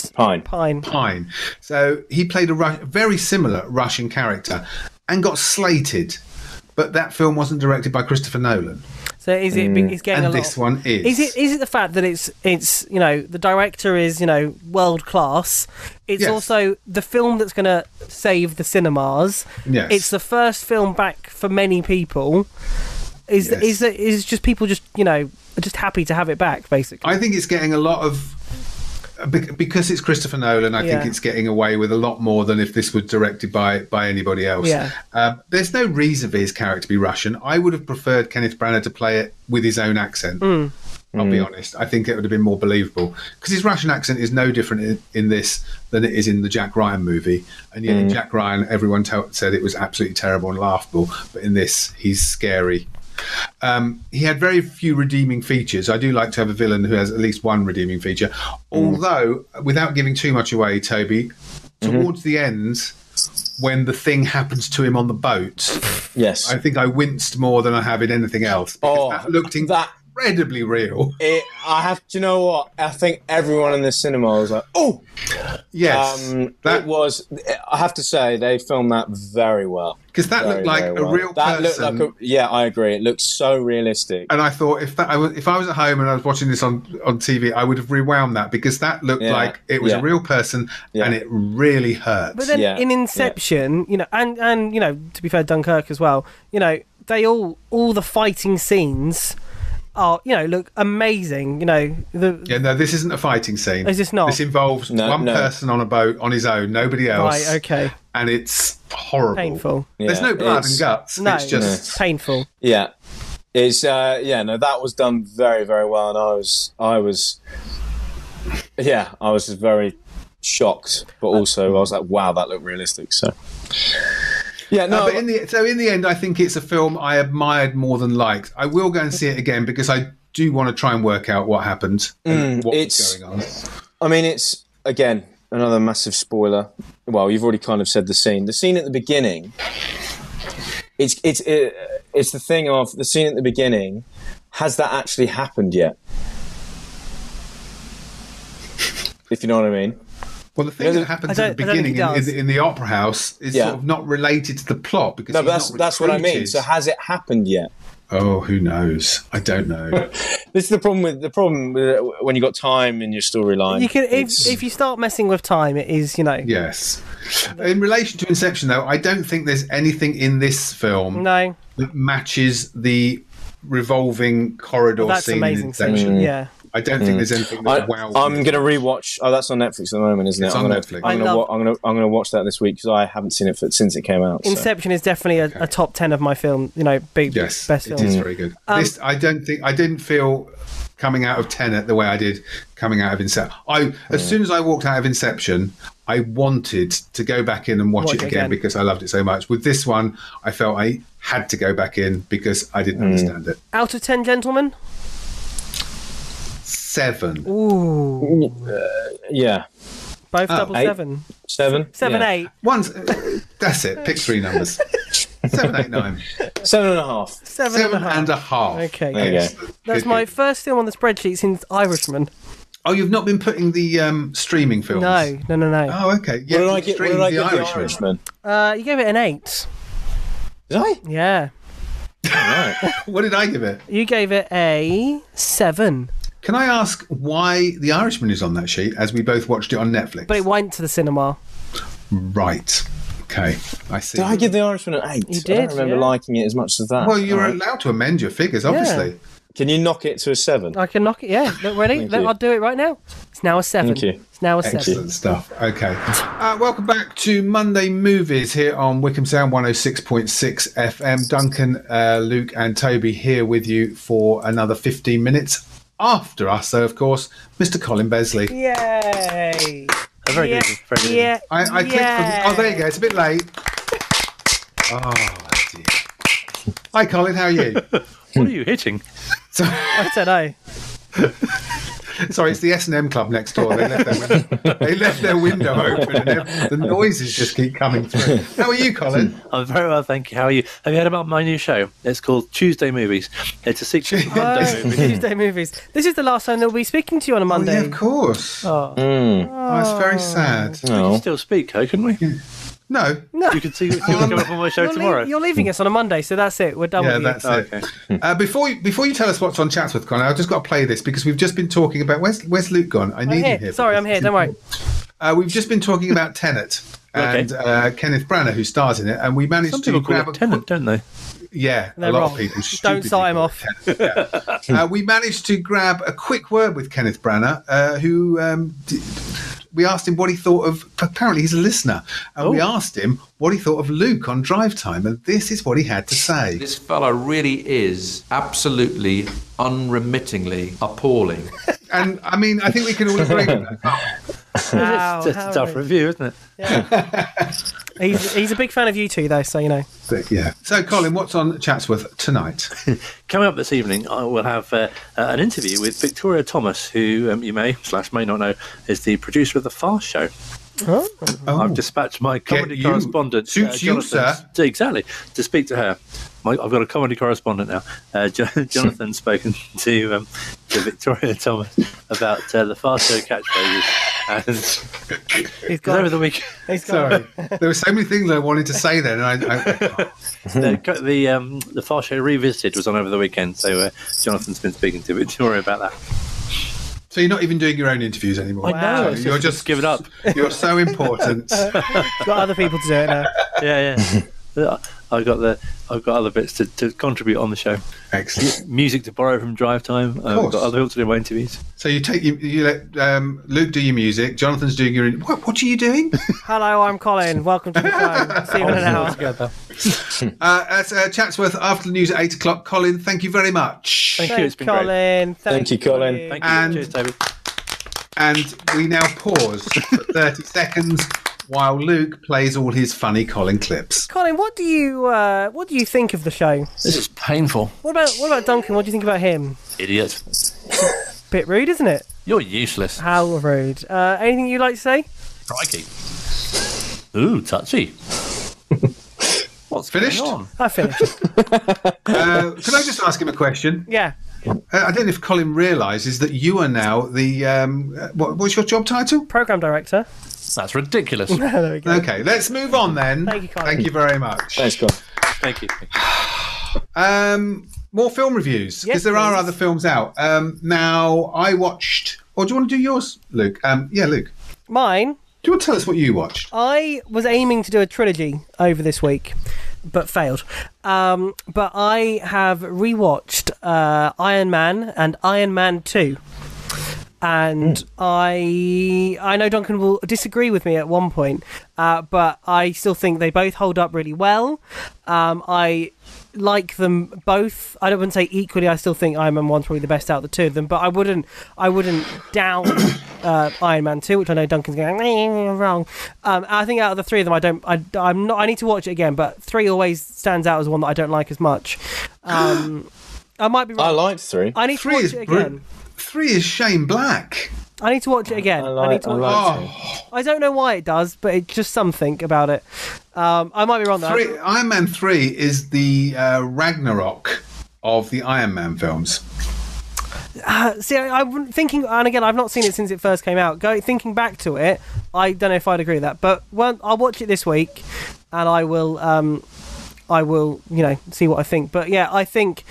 Chris Pine. Pine. Pine. So he played a Ru- very similar Russian character and got slated, but that film wasn't directed by Christopher Nolan. So is it? It's getting and a lot. this one is. Is it? Is it the fact that it's? It's you know the director is you know world class. It's Yes. also the film that's going to save the cinemas. Yes. It's the first film back for many people. Is Yes. is that is just people just you know are just happy to have it back basically. I think it's getting a lot of uh, bec- because it's Christopher Nolan. I think Yeah. it's getting away with a lot more than if this were directed by by anybody else. Yeah. Um, there's no reason for his character to be Russian. I would have preferred Kenneth Branagh to play it with his own accent. I'll be honest. I think it would have been more believable because his Russian accent is no different in, in this than it is in the Jack Ryan movie. And yet, in Jack Ryan, everyone to- said it was absolutely terrible and laughable. But in this, he's scary. Um, he had very few redeeming features. I do like to have a villain who has at least one redeeming feature. Although, without giving too much away, Toby, towards the end, when the thing happens to him on the boat, Yes. I think I winced more than I have in anything else because Oh, that looked incredibly real. It, I have. Do you know what? I think everyone in the cinema was like, "Oh, Yes, Um, that was. I have to say, they filmed that very well. 'Cause that Very, looked like very a well. real That person. Uh, looked like a. Yeah, I agree. It looked so realistic. And I thought if that I was, if I was at home and I was watching this on on TV, I would have rewound that because that looked Yeah, like it was yeah. a real person and it really hurt. But then in Inception, you know, and and you know, to be fair, Dunkirk as well. You know, they all all the fighting scenes are you know look amazing. You know, the Yeah, no, this isn't a fighting scene. Is this not? This involves No, one no. person on a boat on his own, nobody else. Right, okay. And it's horrible. Painful. There's Yeah, no blood it's- and guts. no, it's just painful. Yeah, it's uh, yeah. No, that was done very very well, and I was I was yeah, I was just very shocked, but Uh, also I was like, wow, that looked realistic. So yeah, no. Uh, but in the so in the end, I think it's a film I admired more than liked. I will go and see it again because I do want to try and work out what happened. and Mm, what was it's- going on. I mean, it's again another massive spoiler. Well, you've already kind of said the scene. The scene at the beginning. It's it's it, it's the thing of the scene at the beginning. Has that actually happened yet? If you know what I mean. Well, the thing that happens I at the don't- I don't beginning think he in, in, does. the- in the opera house is Yeah. sort of not related to the plot because No, he's but that's not that's what I mean. recruited. So has it happened yet? oh, who knows? I don't *laughs* know. This is the problem with the problem with, when you got time in your storyline. You can if It's- if you start messing with time, it is you know. yes. In relation to Inception, though, I don't think there's anything in this film No, that matches the revolving corridor Well, that's scene in amazing. Scene. Inception. Yeah. I don't think there's anything Mm. I, that wow. I'm going to rewatch. Oh, that's on Netflix at the moment, isn't It's it? on I'm Netflix. Gonna, I'm I going love- to I'm going to I'm going to watch that this week because I haven't seen it for, since it came out. so. Inception is definitely a, a top ten of my film. You know, big Yes, best it film. Um, is very good. this I don't think I didn't feel coming out of Tenet the way I did coming out of Inception. I as soon as I walked out of Inception, I wanted to go back in and watch, it again, because I loved it so much. With this one, I felt I had to go back in because I Mm. didn't understand it. Out of ten, gentlemen. Seven. Ooh, Yeah, both double Oh, eight. seven. seven, Seven, Yeah. eight. Once uh, that's it. Pick *laughs* three numbers. Seven, eight, nine. Seven and a half. Seven and a Seven half. and a half. Okay. There you go. Excellent. That's Good, my good. first film on the spreadsheet since Irishman. Oh, you've not been putting the um, streaming films. No, no, no, no. Oh, okay. What Yeah, did you I get? What streamed did I The get? The Irishman. Irishman. Uh, you gave it an eight. Did I? Yeah. Right. What did I give it? You gave it a seven, Can I ask why The Irishman is on that sheet as we both watched it on Netflix? but it went to the cinema. right. Okay. I see. Did I give the Irishman an eight? You I did, don't remember yeah. liking it as much as that. well, you're Alright. allowed to amend your figures, obviously. Can you knock it to a seven? I can knock it. Yeah. Look, ready? Thank Look, you. I'll do it right now. It's now a seven. Thank you. It's now a seven. Excellent stuff. Okay. Uh, welcome back to Monday Movies here on Wickham Sound 106.6 FM. Duncan, uh, Luke, and Toby here with you for another 15 minutes. After us, though, of course, Mr. Colin Besley. Yay! Very Yeah. good. Very good. Yeah. I, I clicked yeah. on- Oh, there you go. It's a bit late. *laughs* Oh, dear. Hi, *laughs* Colin. How are you? *laughs* What are you hitting? I don't know. Sorry, it's the S and M club next door. They left their window, they left their window open, *laughs* and ev- the noises just keep coming through. How are you, *laughs* Colin? I'm very well, thank you. How are you? Have you heard about my new show? It's called Tuesday Movies. It's a sequel to Monday Movies. Tuesday movies. This is the last time they'll be speaking to you on a Oh, Monday. yeah, of course. Oh. Oh, it's very sad. We Oh, could still speak, hey, *laughs* couldn't we? No. No. You can see you can come up on my show You're, lea- tomorrow. you're leaving us on a Monday, so that's it. We're done Yeah, with that's you. it. Uh, before you, before you tell us what's on Chatsworth, Colin, I've just got to play this because we've just been talking about where's where's Luke gone? I I'm need Oh, here. him here. Sorry, I'm here. Don't *laughs* worry. Uh, we've just been talking about Tenet and uh, Kenneth Branagh, who stars in it, and we managed Some to people call grab it tenant, don't they? a, yeah, They're a lot wrong. of people. Don't stupidly start him off. uh, we managed to grab a quick word with Kenneth Branagh, uh, who um, d- we asked him what he thought of. Apparently, he's a listener, and we asked him what he thought of Luke on Drive Time, and this is what he had to say. This fella really is absolutely unremittingly appalling. And I mean, I think we can all agree with that. Wow, it's just a how tough rude. review, isn't it? He's, he's a big fan of you two, though, so you know. But, yeah. So, Colin, what's on Chatsworth tonight? Coming up this evening, I will have uh, uh, an interview with Victoria Thomas, who um, you may slash may not know is the producer of the Fast Show. Oh. I've dispatched my comedy you. correspondent, Suits you, Jonathan- exactly, to speak to her. My, I've got a comedy correspondent now. Uh, Jo- Jonathan's spoken *laughs* to um, to Victoria Thomas about uh, the Fast Show catchphrases, and gone. over the week. He's gone. Sorry, there were so many things I wanted to say then, and I, I *laughs* the co- the, um, the Far Show Revisited was on over the weekend, so uh, Jonathan's been speaking to Victoria about that. So you're not even doing your own interviews anymore. I know, So it's you're just- just giving up. You're so *laughs* important. got other people to do it now. Yeah, yeah. I got the I've got other bits to, to contribute on the show. Excellent. Music to borrow from Drive Time. Uh, I've course. got other people to do my interviews. So you take you, you let um, Luke do your music. Jonathan's doing your. What, what are you *laughs* doing? Hello, I'm Colin. Welcome to the phone. See you in an hour. uh, that's uh, Chatsworth after the news at eight o'clock. Colin, thank you very much. Thank you. Thanks, It's been Colin. great. Thank, Thank you. And- Cheers, David. And we now pause *laughs* for thirty seconds while Luke plays all his funny Colin clips. Colin, what do you uh, what do you think of the show? This is painful. What about what about Duncan? What do you think about him? Idiot. *laughs* Bit rude, isn't it? You're useless. How rude. Uh, anything you'd like to say? Crikey. Ooh, touchy. What's Finished? going on? I *laughs* finished. Uh, can I just ask him a question? yeah. Uh, I don't know if Colin realises that you are now the um, uh, what, what's your job title? Program director. That's *laughs* ridiculous. there we go. Okay, let's move on then. Thank you, Colin. Thank you very much. Thanks, Colin. Thank you. Um, more film reviews because Yes, there are please. other films out. Um, now I watched. Or do you want to do yours, Luke? Um, yeah, Luke. Mine. Do you want to tell us what you watched? I was aiming to do a trilogy over this week, but failed. Um, but I have rewatched uh, Iron Man and Iron Man Two, and I I know Duncan will disagree with me at one point, uh, but I still think they both hold up really well. Um, I like them both. I don't want to say equally. I still think Iron Man One's probably the best out of the two of them, but I wouldn't. I wouldn't *coughs* down uh, Iron Man Two, which I know Duncan's going "Eh, wrong. Um, I think out of the three of them, I don't. I, I'm not. I need to watch it again, but three always stands out as one that I don't like as much. Um, I might be I wrong. liked three. I need to Three watch is it bru- again. Three is Shane Black. I need to watch it again. I, need like, to I watch liked Oh, I don't know why it does, but it's just something about it. Um, I might be wrong though. three, Iron Man Three is the uh, Ragnarok of the Iron Man films. Uh, See, I, I'm thinking, and again, I've not seen it since it first came out. Go thinking back to it, I don't know if I'd agree with that, but well, I'll watch it this week, and I will, um, I will, you know, see what I think. But yeah, I think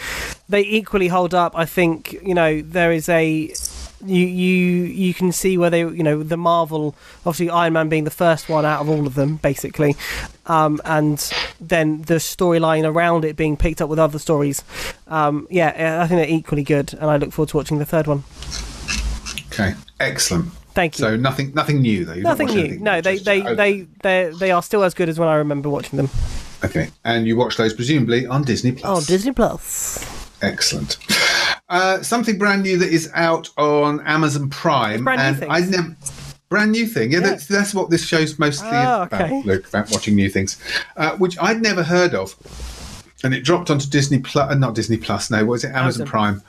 they equally hold up. I think you know there is a. You, you you can see where they you know the Marvel obviously Iron Man being the first one out of all of them basically, um, and then the storyline around it being picked up with other stories. Um, yeah, I think they're equally good, and I look forward to watching the third one. Okay, excellent. Thank you. So nothing, nothing new though. You've not Nothing watched new. anything No, they just- they, oh, they they they are still as good as when I remember watching them. Okay, and you watch those presumably on Disney Plus. Oh, Disney Plus. Excellent. Uh, something brand new that is out on Amazon Prime. brand new and things. I never. Brand new thing. Yeah, That's, that's what this show's mostly Oh, about, okay. Luke, about watching new things, uh, which I'd never heard of and it dropped onto Disney Plus, uh, not Disney Plus, no, what is it? Amazon, Amazon. Prime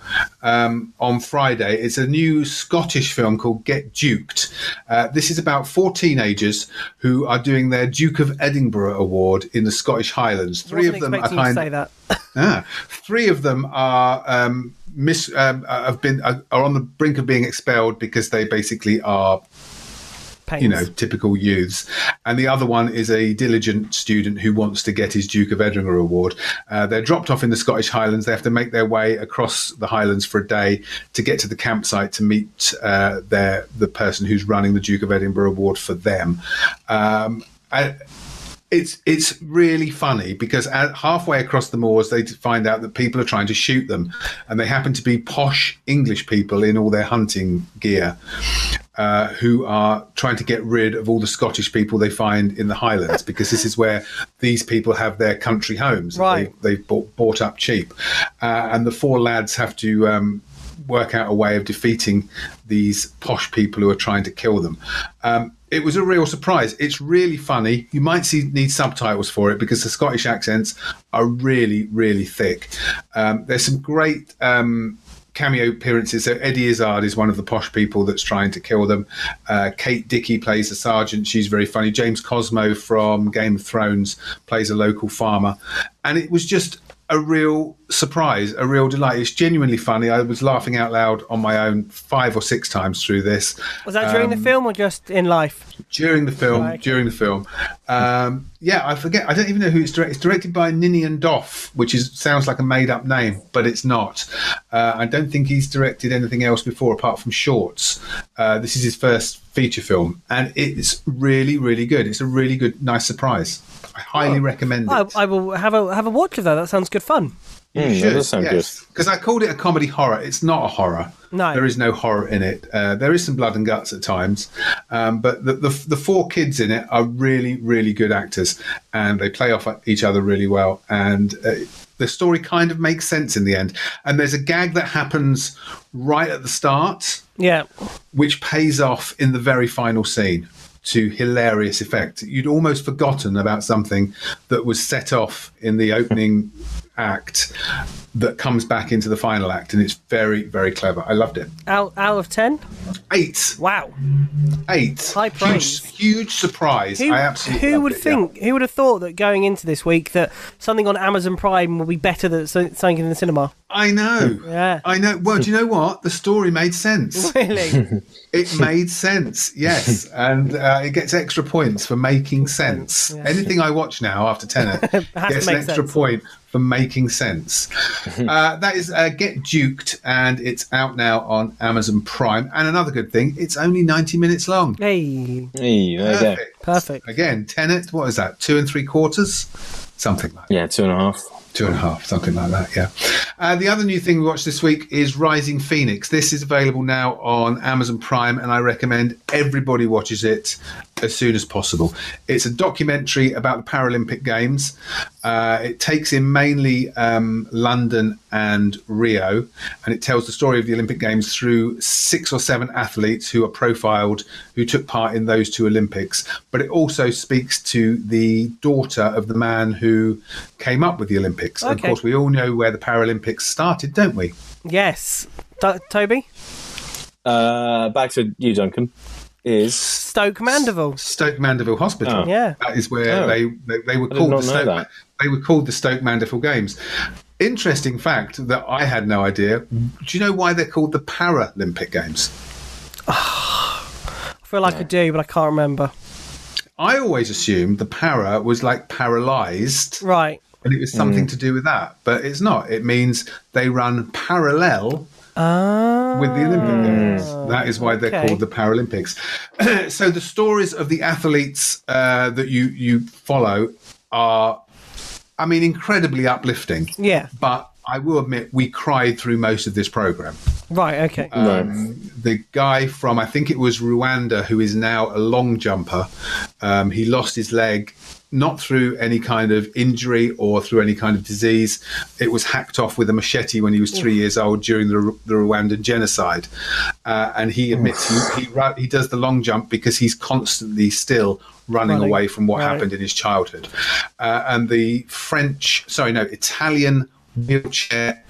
um, on Friday. It's a new Scottish film called Get Duked. Uh, this is about four teenagers who are doing their Duke of Edinburgh award in the Scottish Highlands. Three Wasn't of them are expecting you to kind say that. Ah, three of them are um, mis- um, uh, have been uh, are on the brink of being expelled because they basically are. You Pains. know, typical youths, and the other one is a diligent student who wants to get his Duke of Edinburgh award. Uh, they're dropped off in the Scottish Highlands. They have to make their way across the Highlands for a day to get to the campsite to meet uh, their the person who's running the Duke of Edinburgh award for them. Um, I, it's it's really funny because at halfway across the moors they find out that people are trying to shoot them, and they happen to be posh English people in all their hunting gear, uh, who are trying to get rid of all the Scottish people they find in the Highlands because this is where these people have their country homes. that Right. they, they've bought, bought up cheap, uh, and the four lads have to. Um, Work out a way of defeating these posh people who are trying to kill them. Um, it was a real surprise. It's really funny. You might see need subtitles for it because the Scottish accents are really, really thick. Um, there's some great um, cameo appearances. So Eddie Izzard is one of the posh people that's trying to kill them. Uh, Kate Dickey plays the sergeant. She's very funny. James Cosmo from Game of Thrones plays a local farmer, and it was just a real surprise, a real delight. It's genuinely funny. I was laughing out loud on my own five or six times through this. Was that during Um, the film or just in life? during the film Right. during the film um, yeah i forget i don't even know who it's directed it's directed by ninian doff which is sounds like a made-up name but it's not uh, i don't think he's directed anything else before apart from shorts uh, this is his first feature film and it's really really good it's a really good nice surprise i highly recommend it I, I will have a have a watch of that. That sounds good fun. Hmm, because I called it a comedy horror. It's not a horror. No. There is no horror in it. Uh, there is some blood and guts at times, um, but the, the the four kids in it are really really good actors, and they play off each other really well. And uh, the story kind of makes sense in the end. And there's a gag that happens right at the start, Yeah. which pays off in the very final scene to hilarious effect. You'd almost forgotten about something that was set off in the opening act that comes back into the final act, and it's very, very clever. I loved it. Out out of ten. Eight. Wow. Eight. High praise. Huge, huge surprise. Who, I absolutely. who loved would it, yeah. think? Who would have thought that going into this week that something on Amazon Prime will be better than so- something in the cinema? I know. *laughs* Yeah. I know. Well, do you know what? The story *laughs* made sense. Really? *laughs* it made sense, yes. And uh, it gets extra points for making sense. Anything I watch now *laughs* after tenor to gets an make extra sense. point for making *laughs* sense. uh, that is uh, Get Duked, and it's out now on Amazon Prime. And another good thing, it's only 90 minutes long. Hey. Hey, there you go. Perfect. Perfect. Again, Tenet, what is that? Two and three quarters? Something like Yeah, two and a half. Two and a half, something like that, yeah. Uh, the other new thing we watched this week is Rising Phoenix. This is available now on Amazon Prime, and I recommend everybody watches it as soon as possible. It's a documentary about the Paralympic Games. Uh, it takes in mainly um, London and Rio, and it tells the story of the Olympic Games through six or seven athletes who are profiled who took part in those two Olympics. But it also speaks to the daughter of the man who came up with the Olympics. And of Okay. course, we all know where the Paralympics started, don't we? Yes. To- Toby Uh, back to you, Duncan. Is Stoke Mandeville. Stoke Mandeville Hospital. Oh. Yeah. That is where Oh. they, they, they were I did called not the know Stoke, that. they were called the Stoke Mandeville Games. Interesting fact that I had no idea. Do you know why they're called the Paralympic Games? I feel like I do, but I can't remember. I always assumed the para was like paralyzed Right. and it was Mm. something to do with that, but it's not. It means they run parallel Uh, with the Olympic Games. That is why they're Mm. okay. called the Paralympics. *clears throat* so the stories of the athletes uh, that you you follow are, I mean, incredibly uplifting. yeah. But I will admit, we cried through most of this program. Right. Okay. Um, The guy from, I think it was Rwanda, who is now a long jumper, um, he lost his leg not through any kind of injury or through any kind of disease. It was hacked off with a machete when he was three years old during the, Ru- the Rwandan genocide. Uh, and he admits he, he, ru- he does the long jump because he's constantly still running, Running. away from what Right. happened in his childhood. Uh, and the French, sorry, no, Italian wheelchair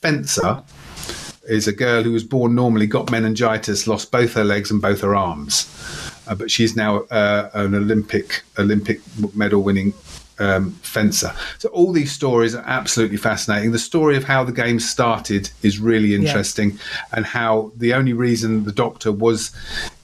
fencer is a girl who was born normally, got meningitis, lost both her legs and both her arms, uh, but she's now uh, an Olympic Olympic medal winning. Um, fencer. So all these stories are absolutely fascinating. The story of how the game started is really interesting, and how the only reason the doctor was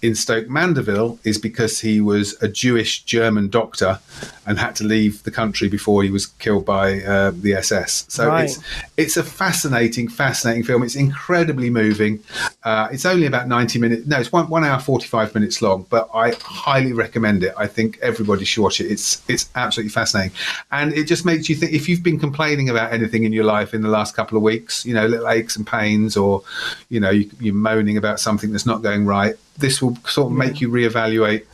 in Stoke Mandeville is because he was a Jewish German doctor and had to leave the country before he was killed by uh, the SS. So Right. it's it's a fascinating, fascinating film. It's incredibly moving. Uh, it's only about 90 minutes. No, it's one, one hour, 45 minutes long, but I highly recommend it. I think everybody should watch it. It's, it's absolutely fascinating. And it just makes you think if you've been complaining about anything in your life in the last couple of weeks, you know, little aches and pains, or, you know, you, you're moaning about something that's not going right, this will sort of make you reevaluate.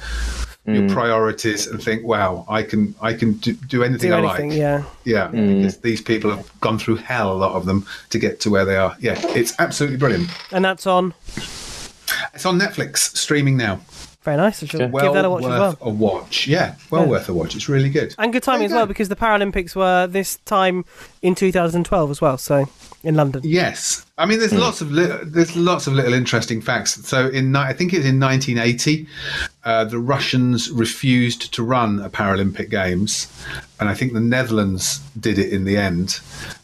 Mm. Your priorities and think, wow, I can I can do, do anything Do I anything, like. yeah. Yeah, Mm. because these people have gone through hell, a lot of them, to get to where they are. Yeah, it's absolutely brilliant. And that's on. It's on Netflix, streaming now. Very nice. I should Well give that a watch worth as well. a watch. Yeah, well Yeah. worth a watch. It's really good. And good timing as well because the Paralympics were this time in 2012 as well, so in London. Yes, I mean, there's lots of li- there's lots of little interesting facts. So in ni- I think it's in 1980, uh, the Russians refused to run a Paralympic Games, and I think the Netherlands did it in the end.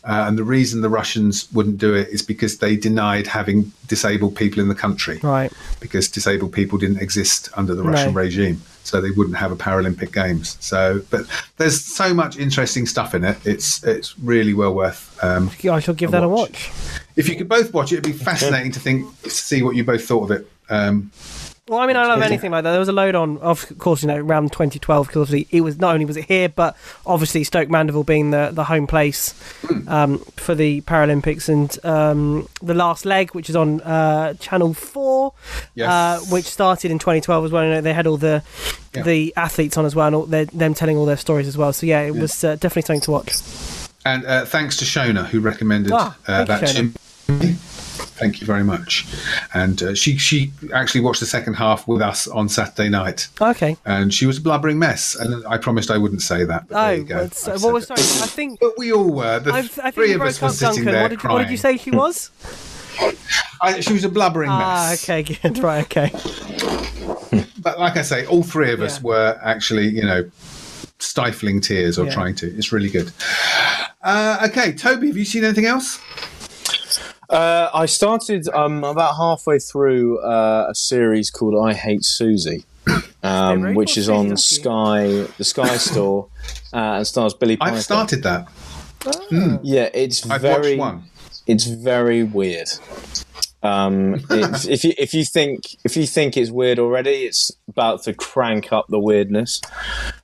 Uh, and the reason the Russians wouldn't do it is because they denied having disabled people in the country, right? Because disabled people didn't exist under the No. Russian regime, so they wouldn't have a Paralympic Games. So, but there's so much interesting stuff in it. It's it's really well worth. Um, I shall give that a watch. if you could both watch it, it'd be fascinating to think, see what you both thought of it. Um, Well, I mean, I love Yeah. anything like that. There was a load on, of course, you know, around 2012 because obviously it was not only was it here, but obviously Stoke Mandeville being the, the home place Hmm. um, for the Paralympics and um, the Last Leg, which is on uh, Channel Four, uh, Yes. which started in 2012 as well. You know, they had all the Yeah. the athletes on as well, and all their, them telling all their stories as well. So yeah, it Yeah. was uh, definitely something to watch. and uh, thanks to Shona who recommended Ah, uh, thank that you, to me. Shona. Thank you very much. And uh, she she actually watched the second half with us on Saturday night, Okay. and she was a blubbering mess. And I promised I wouldn't say that. But there Oh, you go. well, so, well, well, sorry. I think. But we all were. The I think three you of us broke were up, sitting Duncan. there what did, you, what did crying. you say she was? I, she was a blubbering ah, mess. okay, *laughs* good. Right, *laughs* okay. But like I say, all three of us were actually, you know, stifling tears or Yeah. trying to. It's really good. Uh, okay, Toby, have you seen anything else? Uh, I started um, about halfway through uh, a series called "I Hate Susie," um, which is on Sky, the Sky Store, uh, and stars Billy. Piper. I've started that. Yeah, it's I've watched very. one. It's very weird. *laughs* Um, it's, if you if you think if you think it's weird already, it's about to crank up the weirdness.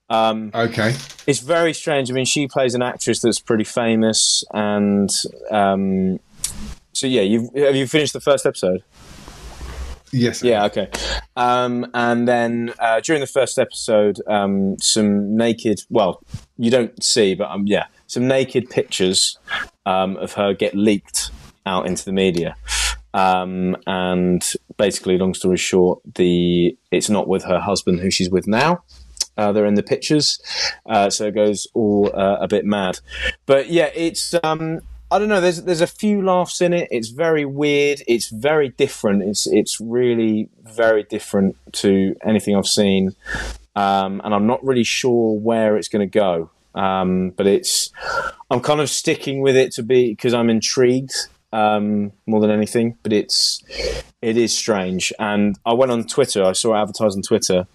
Um, okay, it's very strange. I mean, she plays an actress that's pretty famous, and um, so yeah. You have you finished the first episode? Yes. Yeah. Okay. Um, and then uh, during the first episode, um, some naked. Well, you don't see, but um, yeah, some naked pictures um, of her get leaked out into the media. Um, and basically, long story short, the it's not with her husband who she's with now. Uh, they're in the pictures, uh, so it goes all uh, a bit mad. But yeah, it's um, I don't know. There's there's a few laughs in it. It's very weird. It's very different. It's it's really very different to anything I've seen, um, and I'm not really sure where it's going to go. Um, but it's I'm kind of sticking with it to be because I'm intrigued um, more than anything. But it's it is strange, and I went on Twitter. I saw it advertised on Twitter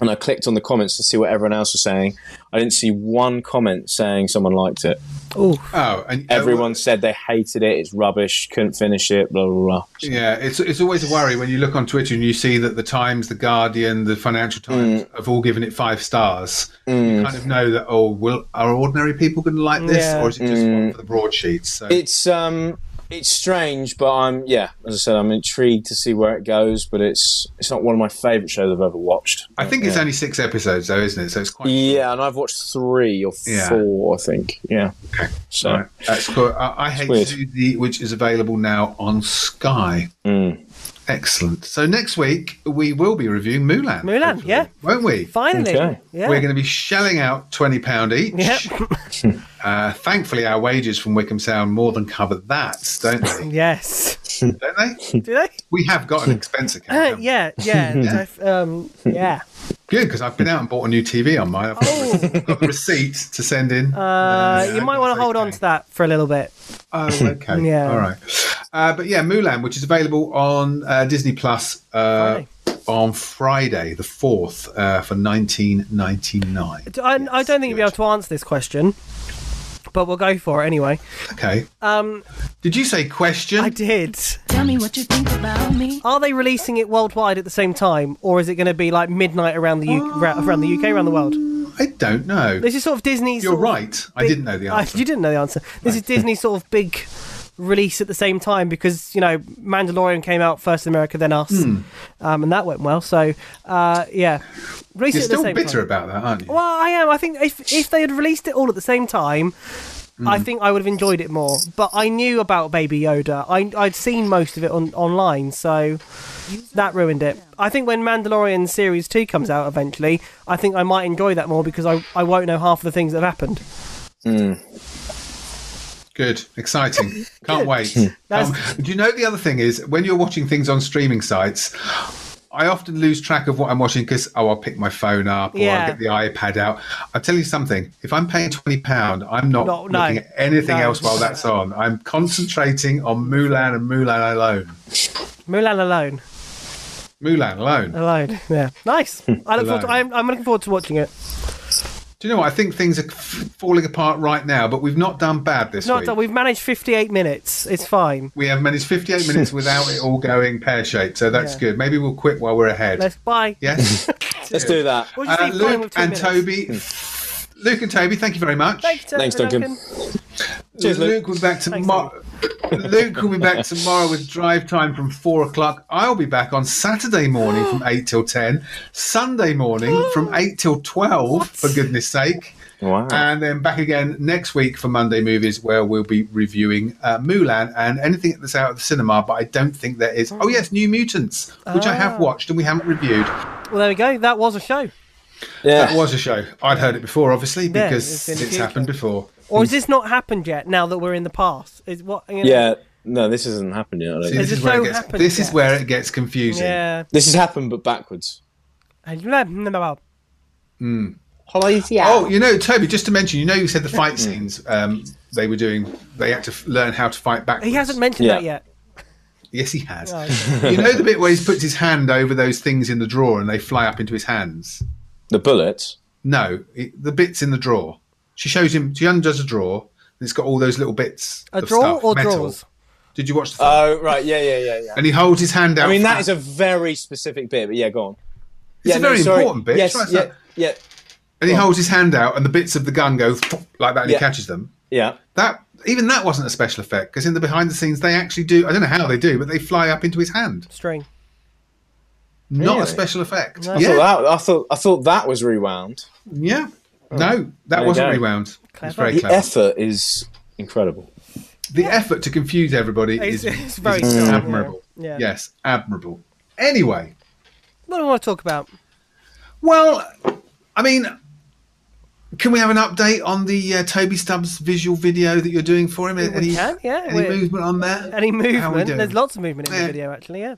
and I clicked on the comments to see what everyone else was saying. I didn't see one comment saying someone liked it. Oh, and Everyone said they hated it. It's rubbish. Couldn't finish it. Blah blah blah. Yeah, it's it's always a worry when you look on Twitter and you see that the Times, the Guardian, the Financial Times Mm. have all given it five stars. You kind of know that oh, will are ordinary people going to like this, Yeah. or is it just one for the broadsheets? So It's um, It's strange, but I'm yeah. As I said, I'm intrigued to see where it goes, but it's it's not one of my favourite shows I've ever watched. I think it's Yeah. only six episodes, though, isn't it? So it's quite. yeah, and I've watched three or Yeah. four, I think. Yeah. Okay. So Right. That's cool. I, I hate weird. Susie, which is available now on Sky. Excellent. So next week we will be reviewing Mulan, Mulan, yeah. won't we? Finally. Okay. Yeah. We're going to be shelling out twenty pound each. *laughs* uh, thankfully, our wages from Wickham Sound more than cover that, don't they? *laughs* Yes. don't they? Do they? We have got an expense account. Uh, yeah, yeah, *laughs* Yeah. I've, um, yeah. Good, because I've been out and bought a new TV on mine. I've got- Oh. got a receipt to send *laughs* in. Uh, you might want to hold on to that for a little bit. Oh, okay. Yeah. All right. Uh, but yeah, Mulan, which is available on uh, Disney Plus uh, on Friday, the 4th, uh, for 19.99. I, I don't think you'll be able to answer this question, but we'll go for it anyway. Okay. Um, did you say question? I did. Tell me what you think about me. Are they releasing it worldwide at the same time, or is it going to be like midnight around the U- ra- around the UK, around the world? I don't know. This is sort of Disney's. You're sort of right. I big- didn't know the I- answer. you didn't know the answer. This is Disney's sort of big release at the same time because you know Mandalorian came out first in America, then us, Hmm. um, and that went well. So uh, yeah, release it at the You're still same bitter time. about that, aren't you? Well, I am. I think if if they had released it all at the same time, Hmm. I think I would have enjoyed it more. But I knew about Baby Yoda. I I'd seen most of it on online, so that ruined it. I think when Mandalorian series two comes out eventually, I think I might enjoy that more because I I won't know half of the things that have happened. Good, *laughs* exciting. Can't wait. That's- Can't- do you know the other thing is when you're watching things on streaming sites, I often lose track of what I'm watching because oh, I'll pick my phone up or Yeah. I'll get the iPad out. I'll tell you something. If I'm paying twenty pound, I'm not No, no. looking at anything No. else while that's on. I'm concentrating on Mulan and Mulan alone. Mulan alone, Mulan alone. alone. Yeah, *laughs* nice. I look forward. To, Alone. I'm I'm looking forward to watching it. Do you know what? I think things are f- falling apart right now, but we've not done bad this Not week. done. We've managed 58 minutes. It's fine. we have managed 58 minutes without it all going pear shaped, so that's Yeah. good. Maybe we'll quit while we're ahead. Let's bye. *laughs* Yes. Let's do that. What do you think, Uh, Luke Brian, with two and minutes? Toby. Luke and Toby, thank you very much. Thanks, Duncan. Cheers, Luke. will be back tomorrow. *laughs* Luke will be back tomorrow with drive time from four o'clock. I'll be back on Saturday morning from eight till ten. Sunday morning *gasps* from eight till twelve. For goodness sake. Wow. And then back again next week for Monday Movies, where we'll be reviewing uh, Mulan and anything that's out at the cinema. But I don't think there is. Oh, yes, New Mutants, which I Ah. have watched and we haven't reviewed. Well, there we go. That was a show. Yeah. That was a show. I'd heard it before, obviously, Yeah, because it's in it's, the future. happened before. Or has this not happened yet? Now that we're in the past, is what? You know, Hmm. Yeah. No, this hasn't happened yet. I don't See, think. this is, where it gets, happened this is yet. where it gets confusing. Yeah. This has happened, but backwards. And you know, no, no, no. Mm. Polysia. Oh, you know, Toby, just to mention, you know, you said the fight scenes um, they were doing, they had to f- learn how to fight back. He hasn't mentioned Yeah. that yet. Yes, he has. Oh, *laughs* you know the bit where he puts his hand over those things in the drawer and they fly up into his hands? The bullets? No, it, the bits in the drawer. She shows him, she undoes a drawer and it's got all those little bits. A of drawer stuff, or metal. drawers? Did you watch the Oh, right. Yeah, yeah, yeah, yeah. And he holds his hand out. I mean, that front. is a very specific bit, but yeah, go on. It's yeah, a very no, sorry. important bit. Yes, Try yeah, that. yeah, And he holds his hand out, and the bits of the gun go like that, and Yeah. he catches them. yeah. That even that wasn't a special effect because in the behind the scenes they actually do. I don't know how they do, but they fly up into his hand. String. Not a Really? special effect. I Yeah, thought that. I thought I thought that was rewound. yeah. Oh. No, that There you wasn't go. rewound. It's very the clever. effort is incredible. the effort to confuse everybody It's- is, it's is very strong, yeah. admirable. Yeah. Yes, admirable. Anyway, What do I want to talk about? well, I mean, can we have an update on the uh, Toby Stubbs visual video that you're doing for him? we can, yeah. any we're- movement on there? Any How are we movement? doing? There's lots of movement in Yeah. the video, actually. Yeah.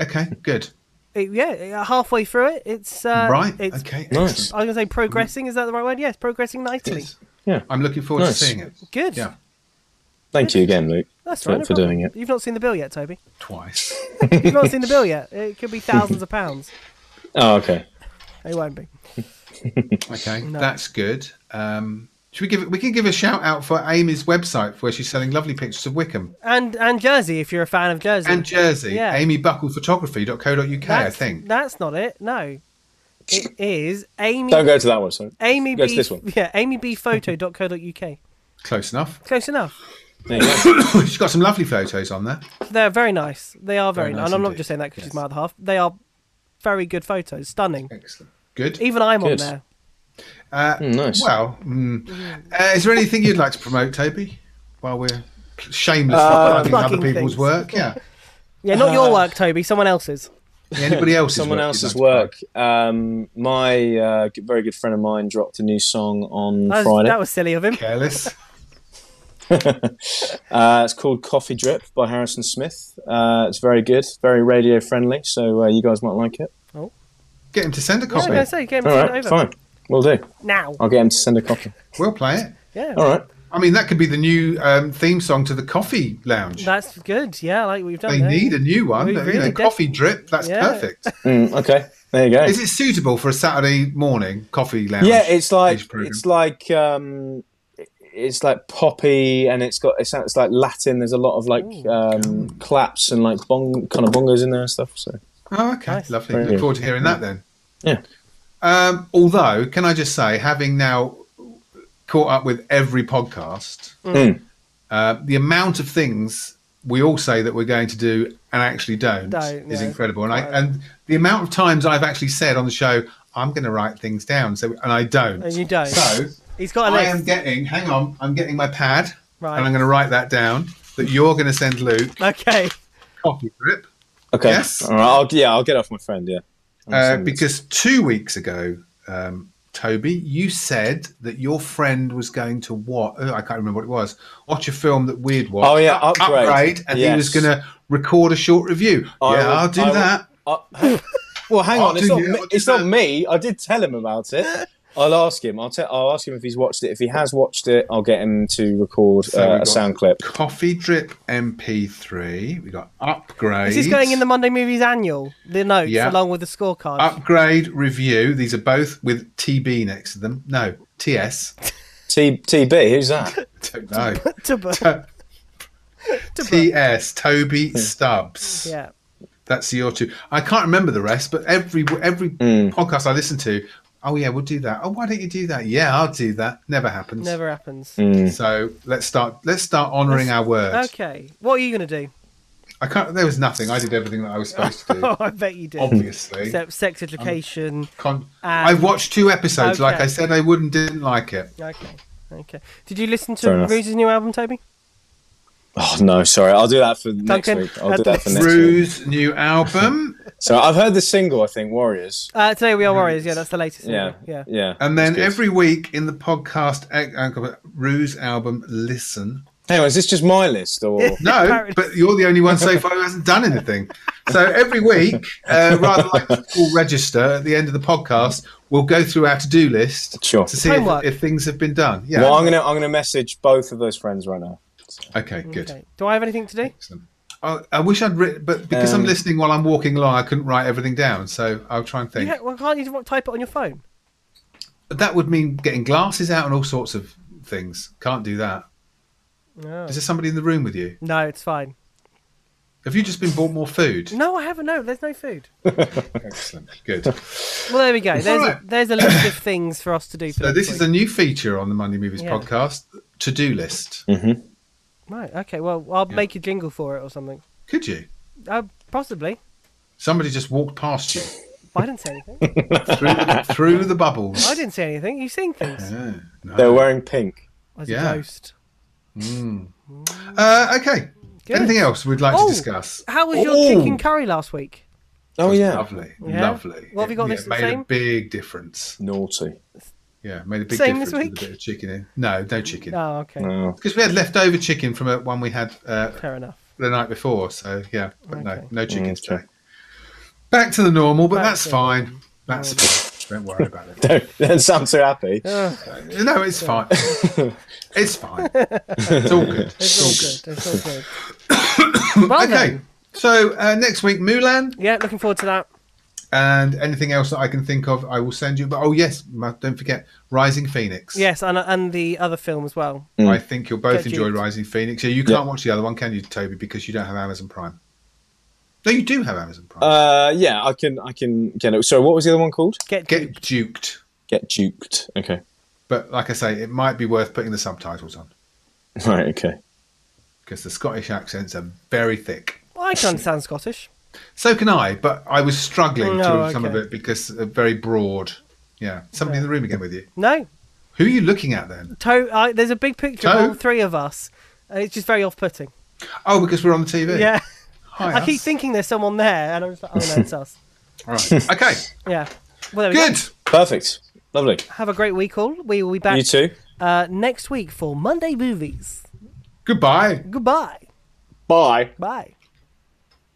Okay, good. It- yeah. uh, Halfway through it, it's uh, Right, It's, okay, I Nice. excellent. was going to say progressing. Is that the right word? Yes, progressing nicely. Yeah. I'm looking forward Nice. to seeing it Good. Yeah. Thank you again, Luke, That's for, right. no for problem. doing it. You've not seen the bill yet, Toby. twice. You've not seen the *laughs* bill yet. It could be thousands of pounds. Oh, okay. It won't be. Okay, that's good. Um, should we give we can give a shout out for Amy's website where she's selling lovely pictures of Wickham And and Jersey, if you're a fan of Jersey. and Jersey. Yeah. AmyBucklePhotography.co.uk, I That's- think. That's not it. No, it is Amy. Don't go to that one. Sorry. Amy Go B. to this one. Yeah, amybphoto.co.uk. Close enough. *laughs* Close enough. She's got some lovely photos on there. They're very nice. They are very, Very nice. nice And I'm not indeed. just saying that because she's my other half. They are very good photos. Stunning. Excellent. Good. Even I'm on Good. there. Uh, nice. Well, mm. uh, is there anything you'd like to promote, Toby? While we're shamelessly Uh, plugging other plugging people's things. *laughs* work, yeah. Yeah, not your Uh, work, Toby. Someone else's. Anybody else's Someone work else's you'd work. Um, my uh, g- very good friend of mine dropped a new song on That was, Friday. *laughs* that was silly of him. Careless. Uh, it's called Coffee Drip by Harrison Smith. Uh, it's very good, very radio friendly, so uh, you guys might like it. Get him to send a Yeah, I was copy. going to say, get him to All send right, it over. fine. We'll do. Now. I'll get him to send a copy. We'll play it. Yeah. All right. I mean, that could be the new um, theme song to the Coffee Lounge. That's good. Yeah, I like what you've done They there. need a new one. We you really know, did. coffee drip. That's Yeah. *laughs* perfect. Mm, okay, there you go. Is it suitable for a Saturday morning coffee lounge? yeah, it's like stage programme? it's like um, it's like poppy, and it's got it sounds like Latin. There's a lot of like um, claps and like bong kind of bongos in there and stuff. So Oh, okay, lovely. Very Look good. forward to hearing that then. Yeah. Um, although, can I just say, having now caught up with every podcast, Mm. uh, the amount of things we all say that we're going to do and actually don't, Don't, is yeah. incredible. And I, and the amount of times I've actually said on the show, I'm going to write things down, so and I don't. And you don't. *laughs* So He's got a I list. am getting. Hang on, I'm getting my pad, Right. and I'm going to write that down. That you're going to send Luke Okay. copy grip. okay, Yes. All right, I'll, yeah, I'll get off my friend. Yeah, I'll Uh, send it. because two weeks ago, um, Toby, you said that your friend was going to what? I can't remember what it was. Watch a film that we'd watched. Oh, yeah, Up- Upgrade. and he Yes. was going to record a short review. I yeah, will- I'll do I will- that. I- well, hang I'll on. It's, do not it, me, I'll do it's not me. I did tell him about it. *laughs* I'll ask him. I'll, te- I'll ask him if he's watched it. If he has watched it, I'll get him to record So uh, we've a got sound clip. Coffee drip MP3. We got upgrade. This is going in the Monday Movies Annual, the notes, Yeah. Uh, along with the scorecard. upgrade review. These are both with TB next to them. No, *laughs* TS. T- TB, *laughs* who's that? Don't know. To *laughs* bu- TS. Toby Stubbs. yeah. That's your two. I can't remember the rest, but every every Hmm. podcast I listen to, oh yeah, we'll do that. Oh, why don't you do that? Yeah, I'll do that. Never happens. Never happens. Hmm. Mm. So let's start. Let's start honouring our word. Okay. What are you going to do? *laughs* I can't. There was nothing. I did everything that I was supposed *laughs* to do. Oh, *laughs* I bet you do. Obviously. Except sex education. Con- and- I've watched two episodes. Like Okay. I said, I wouldn't didn't like it. Okay. Okay. Did you listen Fair to enough. Rose's new album, Toby? Oh no, sorry. I'll do that for next Duncan, week. I'll at do that for the- next week. Rue's new *laughs* album, So I've heard the single. I think Warriors. Uh, today we are warriors. Yeah, that's the latest. single, Yeah. Yeah, *laughs* yeah. and then that's good. every week in the podcast, ec- uh, Rue's album. Listen. Hang on, is this just my list or *laughs* No, but you're the only one so far who hasn't done anything. So every week, uh, rather like the school register at the end of the podcast, we'll go through our to-do list Sure. to see if, Homework. if things have been done. Yeah. Oh, Well, I'm gonna I'm gonna message both of those friends right now. Okay, good. Okay. Do I have anything to do? I, I wish I'd written, but because I'm Um, listening while I'm walking along, I couldn't write everything down. So I'll try and think. Yeah, well, can't you just type it on your phone? But that would mean getting glasses out and all sorts of things. Can't do that. No. Is there somebody in the room with you? No, it's fine. Have you just been bought *laughs* more food? No, I haven't. No, there's no food. Excellent. Good. Well, there we go. There's a, Alright. there's a list of things for us to do. For So next this week. is a new feature on the Monday Movies Yeah. podcast: to-do list. Hmm. Right. Okay. Well, I'll make a jingle for it or something. Could you? Uh, possibly. Somebody just walked past you But I didn't say anything. through, *laughs* through the bubbles. I didn't say anything. You've seen things. *laughs* Yeah, no. They're wearing pink. I was Yeah. a ghost. Mm. Uh, okay. Good. Anything else we'd like Oh, to discuss? How was your Oh. chicken curry last week? Oh yeah. Lovely, Yeah? lovely. What have you got yeah, this it made same? a big difference. Naughty. *laughs* Yeah, made a big Same this difference with week? a bit of chicken in. No, no chicken. Oh, okay. No. Because we had leftover chicken from a, one we had uh, Fair enough. the night before. So yeah, but no, no chicken Mm, today. Back to the normal, but Back that's to- fine. That's fine. Don't worry about it. Don't, don't sound so happy. No, *laughs* it's fine. it's fine. It's all good. It's all good. It's all good. well, Okay. then. So uh, next week, Mulan, Yeah, looking forward to that. and anything else that I can think of, I will send you. But oh yes, Ma- don't forget Rising Phoenix. Yes, and and the other film as well. I think you'll both Get enjoy duped. Rising Phoenix. Yeah, you can't watch the other one, can you, Toby? Because you don't have Amazon Prime. No, you do have Amazon Prime. Uh, yeah, I can I can get it. So what was the other one called? Get, Get duked. Get duped. Okay. *laughs* But like I say, it might be worth putting the subtitles on. Right. Okay. because the Scottish accents are very thick. Well, I can understand Scottish. So can I, but I was struggling Oh, to some of okay. it because uh, very broad. Yeah. Somebody in the room again with you. No, Who are you looking at then? to- I, there's a big picture Toe? of all three of us, and it's just very off-putting. Oh, because we're on the Oh, TV. Yeah. Hi, I us. keep thinking there's someone there, and I'm just like, oh no, it's us. All *laughs* right. Okay. Yeah. Well, there we Good. Perfect. Lovely. Have a great week, all. We will be back. You too. Uh, next week for Monday movies. Goodbye. Goodbye. Bye. Bye.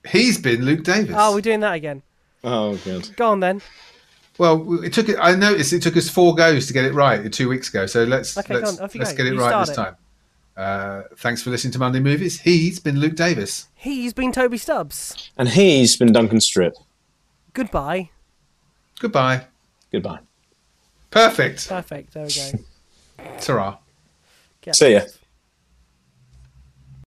He's been Luke Davis. Oh, we're doing that again. Oh, good. Go on then. Well, it took. I noticed it took us four goes to get it right two weeks ago. So let's Okay, go let's, on, off you let's go. get it You right start this it. time. Uh, thanks for listening to Monday Movies. He's been Luke Davis. He's been Toby Stubbs. And he's been Duncan Strip. Goodbye. Goodbye. Goodbye. Perfect. Perfect. There we go. Ta-ra. Get See ya.